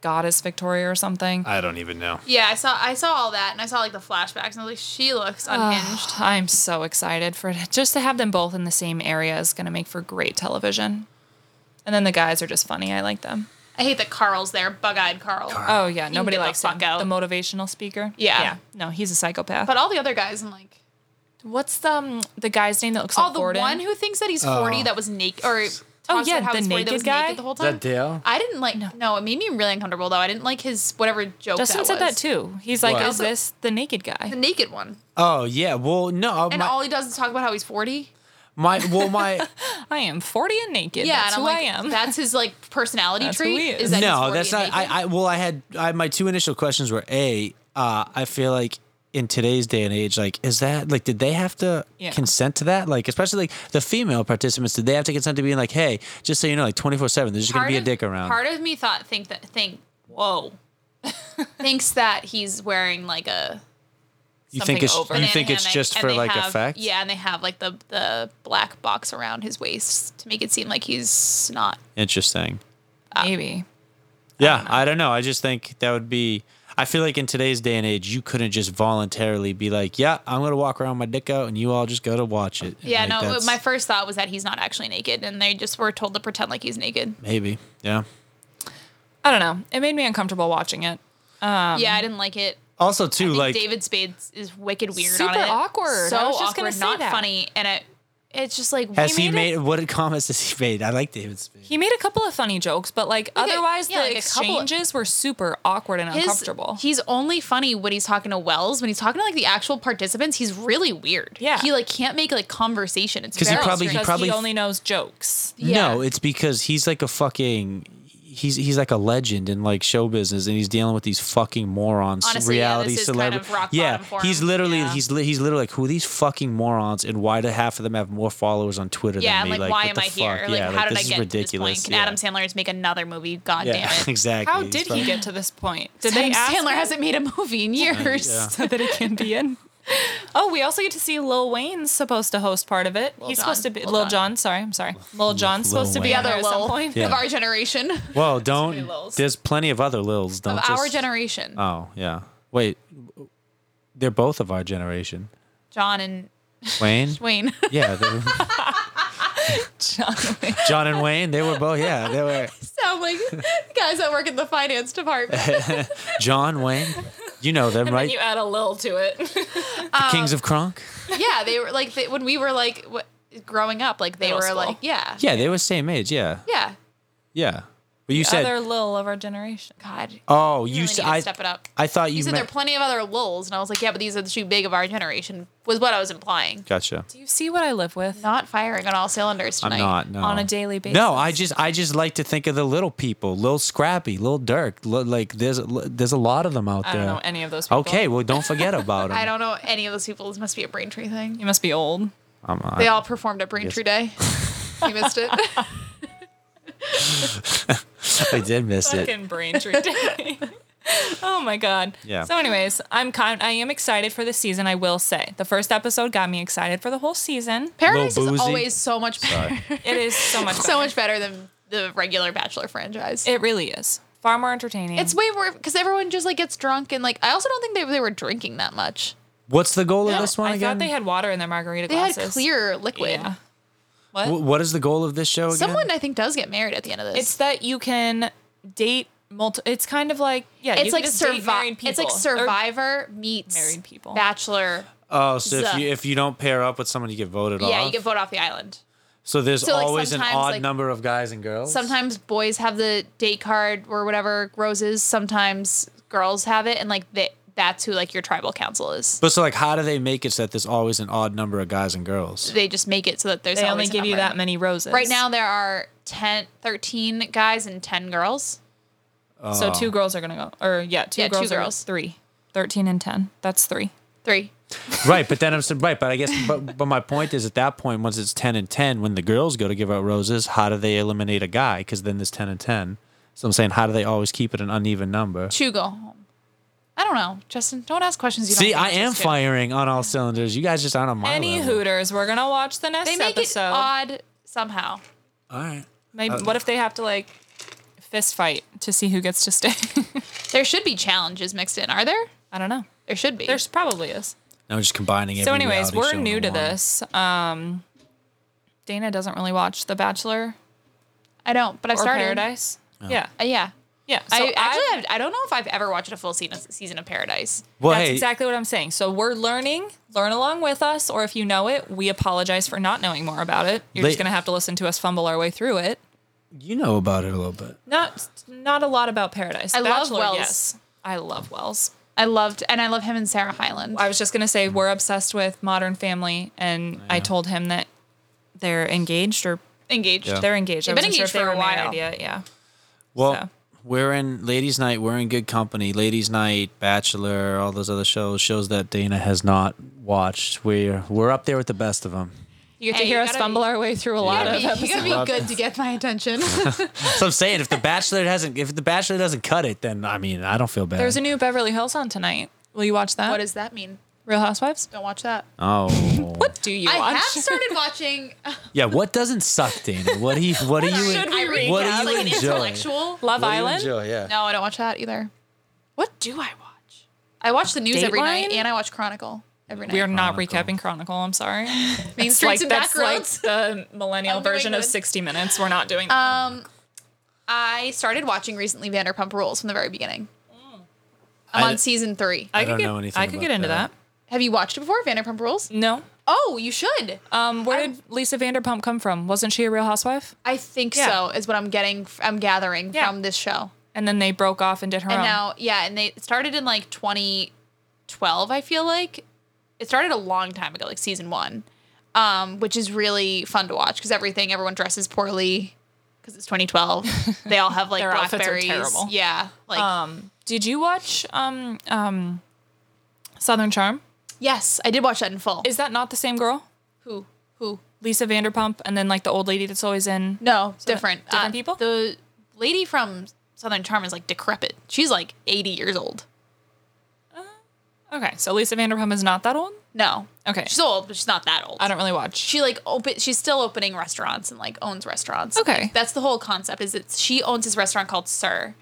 S1: Goddess Victoria or something.
S2: I don't even know.
S3: Yeah, I saw I saw all that and I saw like the flashbacks and I was like, she looks unhinged.
S1: I'm so excited for it. Just to have them both in the same area is going to make for great television. And then the guys are just funny. I like them.
S3: I hate that Carl's there, bug eyed Carl.
S1: Oh yeah, nobody
S3: get the
S1: likes
S3: fuck
S1: him.
S3: out.
S1: The motivational speaker.
S3: Yeah.
S1: No, he's a psychopath.
S3: But all the other guys, I'm like,
S1: what's the um, the guy's name that looks
S3: oh,
S1: like
S3: the
S1: Gordon?
S3: one who thinks that he's 40
S2: Oh.
S3: that was naked or.
S1: Oh,
S3: talks
S1: yeah,
S3: about how
S1: the
S3: he's 40 that
S1: naked
S3: was
S1: guy?
S3: naked the whole
S2: Is
S3: time.
S2: that Dale?
S3: I didn't like. No. it made me really uncomfortable though. I didn't like his whatever joke.
S1: Justin
S3: that
S1: said
S3: was.
S1: that too. He's like,
S2: What?
S1: "Is this the naked guy?"
S3: The naked one,
S2: Oh yeah. Well, no.
S3: and
S2: my,
S3: all he does is talk about how he's 40.
S2: my well my
S1: I am forty and naked.
S3: Yeah,
S1: that's
S3: and I'm
S1: who
S3: like,
S1: I am.
S3: that's his like personality
S1: That's who
S3: trait.
S1: he is.
S3: that he's
S2: no.
S3: 40
S2: That's
S3: and
S2: not.
S3: naked?
S2: I, I well I had I my two initial questions were a uh I feel like. In today's day and age, like, is that like, did they have to
S1: Yeah.
S2: consent to that? Like, especially like the female participants, did they have to consent to being like, hey, just so you know, like twenty four seven, there's just gonna
S3: Part
S2: be a
S3: of-
S2: dick around.
S3: Part of me thought think that think whoa thinks that he's wearing like a
S2: you
S1: something
S2: think it's
S1: over.
S2: you
S3: banana
S2: think it's
S3: hammock,
S2: just
S3: and
S2: for
S3: they
S2: like
S3: have-
S2: effect?
S3: Yeah, and they have like the the black box around his waist to make it seem like he's not.
S2: Interesting.
S1: Maybe.
S2: Yeah, I don't know. I just think that would be. I feel like in today's day and age, you couldn't just voluntarily be like, "Yeah, I'm gonna walk around my dick out, and you all just go to watch it."
S3: Yeah,
S2: Like,
S3: no.
S2: that's-
S3: My first thought was that he's not actually naked, and they just were told to pretend like he's naked.
S2: maybe. Yeah.
S1: I don't know. It made me uncomfortable watching it.
S2: Um,
S3: yeah, I didn't like it.
S2: Also,
S3: I
S2: too,
S3: think
S2: like
S3: David Spades is wicked weird
S1: Super
S3: on it.
S1: awkward.
S3: So
S1: I was just gonna
S3: awkward,
S1: say
S3: not
S1: that.
S3: funny, and it It's just like
S2: Has
S3: we
S2: he
S3: it-
S2: made what comments has he made? I like David Spade.
S1: He made a couple of funny jokes, but like otherwise the
S3: yeah, like a couple of-
S1: exchanges were super awkward and
S3: his-
S1: uncomfortable.
S3: He's only funny when he's talking to Wells. When he's talking to like the actual participants, he's really weird.
S1: Yeah.
S3: he like can't make like conversation. It's
S2: 'Cause he
S3: very
S2: probably-
S3: strange.
S1: because
S2: probably-
S1: he only knows jokes.
S3: yeah.
S2: No, it's because he's like a fucking he's he's like a legend in like show business and he's dealing with these fucking morons
S3: Honestly, yeah,
S2: reality
S3: this is kind
S2: celebrities.
S3: of rock
S2: yeah,
S3: bottom for
S2: he's
S3: him.
S2: literally
S3: Yeah.
S2: he's li- he's literally like who are these fucking morons and why do half of them have more followers on Twitter
S3: yeah.
S2: than me?
S3: Like, why
S2: what
S3: am
S2: the
S3: I
S2: fuck?
S3: here? Like,
S2: yeah,
S3: how did
S2: this
S3: I
S2: is
S3: get
S2: ridiculous.
S3: to this point? Can
S2: yeah.
S3: Adam Sandler just make another movie? God
S2: yeah,
S3: damn it!
S2: exactly.
S1: How
S2: He's
S1: did he
S2: fucking-
S1: get to this point? Did
S3: Adam
S1: they ask
S3: Sandler
S1: him
S3: hasn't made a movie in years.
S2: yeah.
S1: so that it can be in? Oh, we also get to see Lil Wayne's supposed to host part of it. He's
S3: Jon.
S1: supposed to be
S3: Lil
S1: Lil
S3: Jon.
S1: John. Sorry, I'm sorry. Lil John's
S2: Lil
S1: supposed to be
S2: Wayne.
S1: out there
S3: The
S1: at
S3: other
S1: some
S3: Lil
S1: point.
S2: Yeah.
S3: Of our generation,
S2: Well,
S3: many
S2: don't
S3: Lils.
S2: there's plenty of other Lils, don't
S3: of
S2: just
S3: our generation,
S2: Oh, yeah. Wait. They're both of our generation.
S3: John and
S2: Wayne?
S3: Wayne.
S2: Yeah. they were-
S1: John Wayne.
S2: John and Wayne, they were both, yeah, they were.
S3: Sound like guys that work in the finance department.
S2: John Wayne, you know them, right?
S1: You uh, add a Lil to it.
S2: Kings of Kronk.
S3: yeah, they were like they, when we were like what, growing up, like they
S1: Middle
S3: were
S1: school.
S3: like yeah,
S2: Yeah, they were same age. Yeah,
S3: yeah.
S2: yeah. But you said,
S1: Other Lil of our generation.
S3: God, you
S2: oh, you
S3: really
S2: said,
S3: need to
S2: I,
S3: step it up.
S2: I thought you,
S3: You said there are
S2: meant.
S3: plenty of other lulls, and I was like, yeah, but these are the two big of our generation. Was what I was implying.
S2: gotcha.
S1: Do you see what I live with
S3: Not firing on all cylinders
S2: I'm
S3: tonight.
S2: not. No.
S1: on a daily basis?
S2: No, I just, I just like to think of the little people, little Scrappy, little Dirk. Li- like there's, there's a lot of them out
S1: I
S2: there.
S1: don't know any of those people.
S2: okay, well, don't forget about them.
S3: I don't know any of those people. This must be a Braintree thing.
S1: You must be old.
S2: I'm, I-
S3: They all performed at Braintree Day. you missed it.
S2: I did miss it.
S1: Fucking Braintree Day. oh my god.
S2: Yeah.
S1: So, anyways, I'm kind. I am excited for the season. I will say the first episode got me excited for the whole season.
S3: Paradise
S2: Lil
S3: is
S2: Boozy.
S3: always so much better.
S1: It is so much.
S3: so much better than the regular Bachelor franchise.
S1: It really is far more entertaining.
S3: it's way more because everyone just like gets drunk and like I also don't think they, they were drinking that much.
S2: What's the goal of
S1: No,
S2: this one
S1: I
S2: again?
S1: thought they had water in their margarita
S3: They
S1: glasses.
S3: had clear liquid.
S1: Yeah.
S2: Wh- what is the goal of this show again?
S3: Someone I think does get married at the end of this.
S1: It's that you can date multi. It's kind of like yeah. you
S3: it's
S1: can
S3: like
S1: just date
S3: survivor.
S1: married
S3: It's like
S1: people. Or-
S3: Survivor meets
S1: married people.
S3: Bachelor.
S2: Oh, so if
S3: Zuh.
S2: you if you don't pair up with someone, you get voted off.
S3: Yeah, you get voted off the island.
S2: so there's
S3: so, like,
S2: always an
S3: sometimes,
S2: odd
S3: like-
S2: number of guys and girls.
S3: Sometimes boys have the date card or whatever roses. Sometimes girls have it, and like they, that's who like your tribal council is.
S2: But so like, how do they make it so that there's always an odd number of guys and girls?
S3: They just make it so that there's
S1: They only
S3: always a
S1: give you
S3: number.
S1: that many roses.
S3: Right now there are 10, 13 guys and ten girls.
S2: Oh.
S1: so two girls are gonna go, or yeah, two
S3: Yeah, two
S1: girls, are
S3: girls.
S1: three, 13 and ten. That's three.
S3: Three.
S2: right, but then I'm so- right, but I guess but but my point is at that point, once it's ten and ten, when the girls go to give out roses, how do they eliminate a guy? Because then there's ten and ten. So I'm saying, how do they always keep it an uneven number?
S3: Two go home. I don't know, Justin. Don't ask questions you don't
S2: See,
S3: have
S2: I
S3: the
S2: am
S3: answers to.
S2: firing on all cylinders. You guys just aren't on my
S1: Any
S2: level.
S1: Hooters, we're gonna watch the next
S3: They make
S1: episode.
S3: it odd somehow.
S2: All right.
S1: Maybe
S2: Uh.
S1: what if they have to like fist fight to see who gets to stay?
S3: There should be challenges mixed in. Are there?
S1: I don't know.
S3: There should be.
S1: There's probably is.
S2: Now we're just combining it.
S1: So, anyways, we're new to this. Um, Dana doesn't really watch The Bachelor
S3: I don't, but I've
S1: or
S3: started.
S1: Paradise.
S2: Oh.
S1: Yeah,
S3: Uh, yeah.
S1: yeah. So
S3: I actually
S1: I've-
S3: I've, I don't know if I've ever watched a full season season of Paradise.
S2: Well,
S1: That's
S2: hey,
S1: exactly what I'm saying. So we're learning. Learn along with us, or if you know it, we apologize for not knowing more about it. You're
S2: They-
S1: just gonna have to listen to us fumble our way through it.
S2: you know about it a little bit.
S1: Not not a lot about Paradise.
S3: I love
S1: Bachelor,
S3: Wells.
S1: Yes. I love Wells.
S3: I loved and I love him and Sarah Hyland.
S1: I was just gonna say we're obsessed with Modern Family, and I told him that they're engaged or
S3: engaged.
S2: Yeah.
S1: they're engaged.
S3: They've
S1: I
S3: been
S1: wasn't sure if
S3: engaged
S1: they
S3: for a
S1: were married
S3: while.
S1: Yet. Yeah.
S2: Well,
S1: So.
S2: we're in ladies' night. We're in good company. Ladies' night, Bachelor, all those other shows, shows that Dana has not watched. We're we're up there with the best of them.
S1: You get
S3: Hey,
S1: to hear
S3: you
S1: us
S3: gotta
S1: fumble
S3: be-
S1: our way through a lot
S3: You
S1: of
S3: gotta be,
S1: episodes.
S3: you gotta be good to get my attention.
S2: so I'm saying, if the Bachelor doesn't, if the Bachelor doesn't cut it, then I mean, I don't feel bad.
S1: There's a new Beverly Hills on tonight. Will you watch that?
S3: what does that mean?
S1: Real Housewives?
S3: Don't watch that.
S2: oh,
S1: What do you
S3: I
S1: watch?
S3: have started watching.
S2: yeah. What doesn't suck, Dana? What do you? What do you?
S1: should we
S3: read
S2: what do
S3: that,
S2: you
S3: like
S2: enjoy?
S3: An intellectual.
S2: what
S1: Love
S2: do you
S1: Island.
S2: enjoy? Yeah.
S3: No, I don't watch that either. What do I watch? I watch the news every night
S1: Dateline?
S3: and I watch Chronicle every night.
S1: We are not
S2: Chronicle.
S1: recapping Chronicle. I'm sorry.
S3: Main
S1: It's like
S3: streets and Oh back
S1: that's like
S3: roads.
S1: the millennial
S3: Of New
S1: version of
S3: England.
S1: 60 Minutes. We're not doing that.
S3: um, I started watching recently Vanderpump Rules from the very beginning. I'm
S2: I-
S1: Mm.
S3: on season three.
S2: I
S1: could
S2: don't
S1: get,
S2: know anything
S1: I could
S2: about
S1: get into
S2: that.
S1: that.
S3: Have you watched it before? Vanderpump Rules.
S1: No.
S3: Oh, you should.
S1: Um, where did Lisa Vanderpump come from? Wasn't she a Real Housewife?
S3: I think
S1: Yeah.
S3: so. Is what I'm getting. f- I'm gathering
S1: Yeah.
S3: from this show.
S1: And then they broke off and did her
S3: And
S1: own.
S3: now, yeah, and they it started in like 2012. I feel like it started a long time ago, like season one, um, which is really fun to watch because everything everyone dresses poorly because it's 2012. they all have like
S1: Their outfits are
S3: blackberries.
S1: terrible.
S3: Yeah, like
S1: um, did you watch um, um, Southern Charm?
S3: yes, I did watch that in full.
S1: Is that not the same girl?
S3: who who?
S1: Lisa Vanderpump and then like the old lady that's always in.
S3: No, different
S1: uh,
S3: Uh,
S1: different people?
S3: The lady from Southern Charm is like decrepit. She's like 80 years old.
S1: Okay, so Lisa Vanderpump is not that old.
S3: No,
S1: Okay,
S3: she's old, but she's not that old.
S1: I don't really watch.
S3: she like open she's still opening restaurants and like owns restaurants
S1: Okay.
S3: that's the whole concept is that she owns this restaurant called sir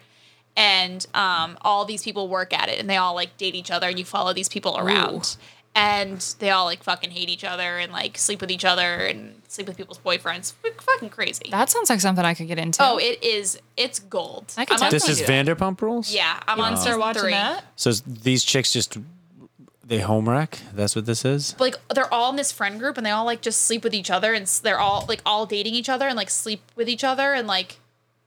S3: and um, all these people work at it and they all like date each other and you follow these people around and they all like fucking hate each other and like sleep with each other and sleep with people's boyfriends F- fucking crazy
S1: That sounds like something I could get into.
S3: oh it is it's gold
S1: I could
S3: I'm on
S1: This
S2: This is
S1: Definitely is do
S2: Vanderpump Rules.
S3: yeah i'm on season three
S2: So s- these chicks just they home wreck. That's what this is.
S3: like they're all in this friend group and they all like just sleep with each other and s- they're all like all dating each other and like sleep with each other and like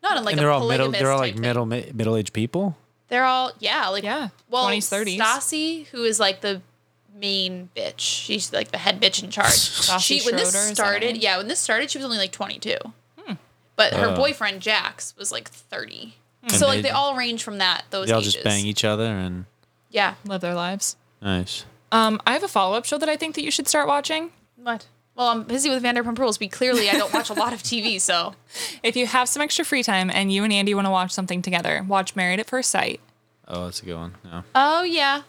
S3: not in like
S2: and
S3: a
S2: they're all middle.
S3: polygamous
S2: They're all
S3: type
S2: like
S3: thing.
S2: middle mi- middle aged people.
S3: They're all yeah, like
S1: Yeah,
S3: well,
S1: 20s, 30s.
S3: Stassi, who is like the main bitch. She's like the head bitch in charge. she when
S1: Schroeder,
S3: this
S1: is that her
S3: started,
S1: name? Hmm.
S3: yeah, when this started, she was only like 22. But her
S2: Oh.
S3: boyfriend Jax was like 30.
S2: And
S3: So like
S2: they-
S3: they all range from that those
S2: They all
S3: ages.
S2: just bang each other and
S3: Yeah.
S1: Live their lives.
S2: nice.
S1: Um, I have a follow up show that I think that you should start watching.
S3: What? Well, I'm busy with Vanderpump Rules. But clearly, I don't watch a lot of TV, so
S1: If you have some extra free time and you and Andy want to watch something together, watch Married at First Sight.
S2: Oh, that's a good one. No.
S3: oh yeah,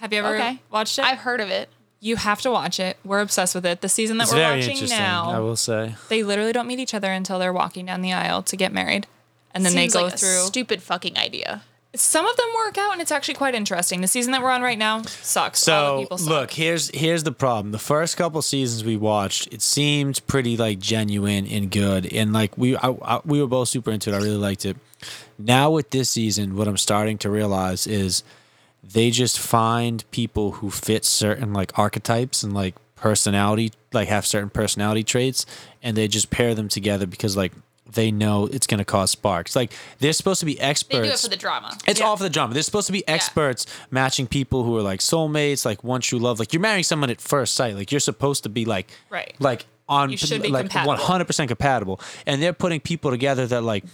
S1: Have you ever
S3: Okay.
S1: watched it?
S3: I've heard of it.
S1: you have to watch it. We're obsessed with it. The season that
S2: It's
S1: we're
S2: very
S1: watching
S2: interesting.
S1: now,
S2: I will say.
S1: they literally don't meet each other until they're walking down the aisle to get married. And then
S3: Seems
S1: they go
S3: like a
S1: through.
S3: stupid fucking idea.
S1: Some of them work out, and it's actually quite interesting. The season that we're on right now sucks. All
S2: So
S1: the people suck.
S2: look, here's here's the problem. The first couple seasons we watched, it seemed pretty like genuine and good, and like we I, I, we were both super into it. I really liked it. Now with this season, what I'm starting to realize is they just find people who fit certain like archetypes and like personality, like have certain personality traits, and they just pair them together because like they know it's going to cause sparks. Like they're supposed to be
S3: They
S2: experts.
S3: do it for the drama.
S2: It's all for the drama. They're supposed to be experts matching people who are like soulmates, like one true love. Like you're marrying someone at first sight. Like you're supposed to be like,
S1: Right.
S2: like on
S1: You should be
S2: like
S1: compatible.
S2: 100% compatible. And they're putting people together that like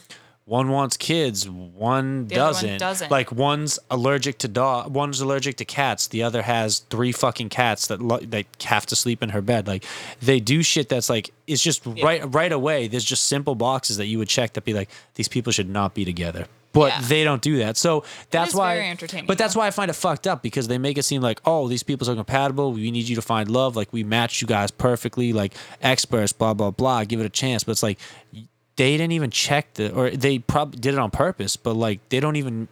S2: one wants kids, one
S1: other one
S2: doesn't.
S1: doesn't.
S2: Like one's allergic to dog, one's allergic to cats. The other has three fucking cats that lo- that have to sleep in her bed. Like they do shit that's like it's just right right away. There's just simple boxes that you would check that be like these people should not be together. But
S3: Yeah.
S2: they don't do that. So that's
S1: is
S2: why
S1: very entertaining,
S2: But that's
S1: though.
S2: why I find it fucked up because they make it seem like, oh, these people are compatible. We need you to find love. Like we match you guys perfectly, like experts, blah, blah, blah. Give it a chance. But it's like they didn't even check the or they probably did it on purpose, but like they don't even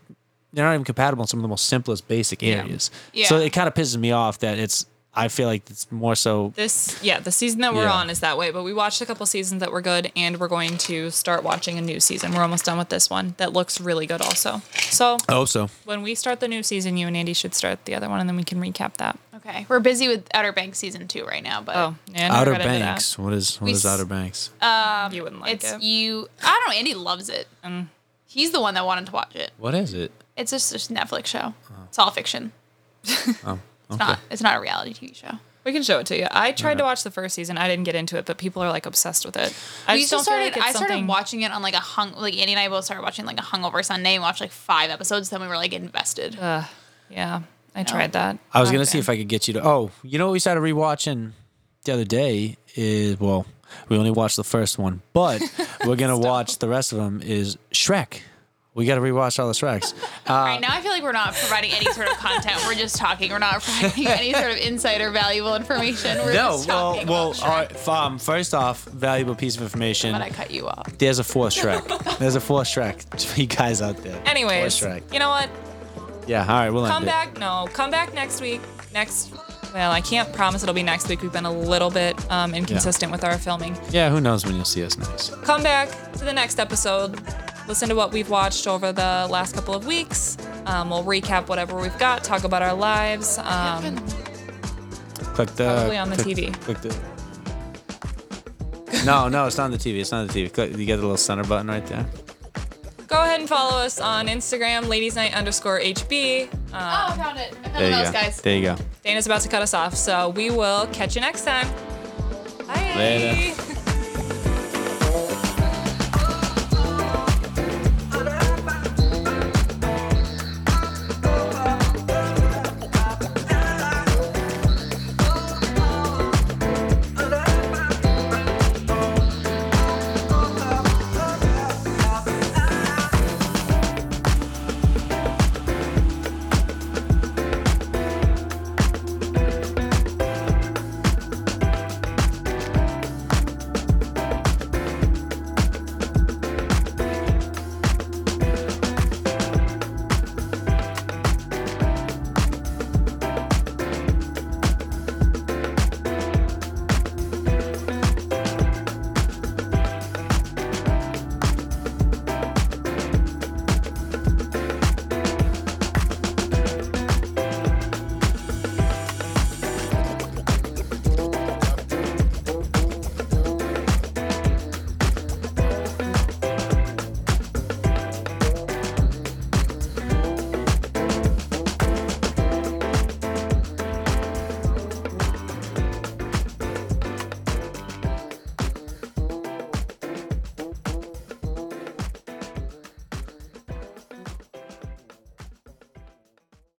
S2: they're not even compatible in some of the most simplest basic areas. So
S3: Yeah.
S2: it kind of pisses me off that it's I feel like it's more so
S1: This, yeah, the season that we're
S2: Yeah.
S1: on is that way, but we watched a couple seasons that were good, and we're going to start watching a new season. We're almost done with this one that looks really good, also. So
S2: Oh so.
S1: when we start the new season, you and Andy should start the other one, and then we can recap that.
S3: Okay, we're busy with Outer Banks season two right now, but
S1: Oh, yeah, I never
S2: Outer
S1: got into that. Uh, Um,
S2: Banks. What is what
S3: We
S2: is
S3: s-
S2: Outer Banks?
S1: You Mm. wouldn't like
S3: It's
S1: it.
S3: you. I don't know. Andy loves it. He's the one that wanted to watch it.
S2: what is it?
S3: It's just, just a Netflix show. It's all fiction. It's not. It's not a reality TV show.
S1: We can show it to you. I tried to watch the first season. I didn't get into it, but people are like obsessed with it. I
S3: we
S1: just don't
S3: started.
S1: feel like it's
S3: I started
S1: something-
S3: watching it on like a hung. Like Andy and I both started watching like a hungover Sunday and watched like five episodes. Then we were like invested.
S1: Yeah, I tried that.
S2: I was
S1: Not a
S2: gonna see
S1: fan.
S2: if I could get you to. Oh, you know what we started rewatching the other day is well, we only watched the first one, but we're gonna watch the rest of them. Is Shrek? We gotta rewatch all the Shreks.
S3: right now, I feel like we're not providing any sort of content. We're just talking. We're not providing any sort of insight or valuable information. We're
S2: no,
S3: just
S2: well,
S3: talking
S2: well,
S3: about
S2: all right. f- Um, first off, valuable piece of information.
S3: But I cut you off.
S2: There's a fourth Shrek. There's a fourth Shrek for you guys out there.
S1: Anyways,
S2: fourth Shrek.
S1: you know what?
S2: Yeah. All right, we'll
S1: Come
S2: end it.
S1: back. No, come back next week. Next. Well, I can't promise it'll be next week. We've been a little bit um, inconsistent with our filming.
S2: Yeah. Who knows when you'll see us next?
S1: Come back to the next episode. Listen to what we've watched over the last couple of Um, weeks. Um, we'll recap whatever we've got, talk about our lives. Um,
S2: Click the.
S1: Probably on the
S2: click-
S1: TV.
S2: Click the. no, no, it's not on the TV. It's not on the TV. Click, you get the little center button right there.
S1: Go ahead and follow us on Instagram, ladies night underscore Uh, HB.
S3: Oh, I found it. I found
S2: There
S3: it
S2: you
S3: else,
S2: go.
S3: guys.
S2: There you go.
S1: Dana's about to cut us off, so we will catch you next time. Bye.
S2: Later.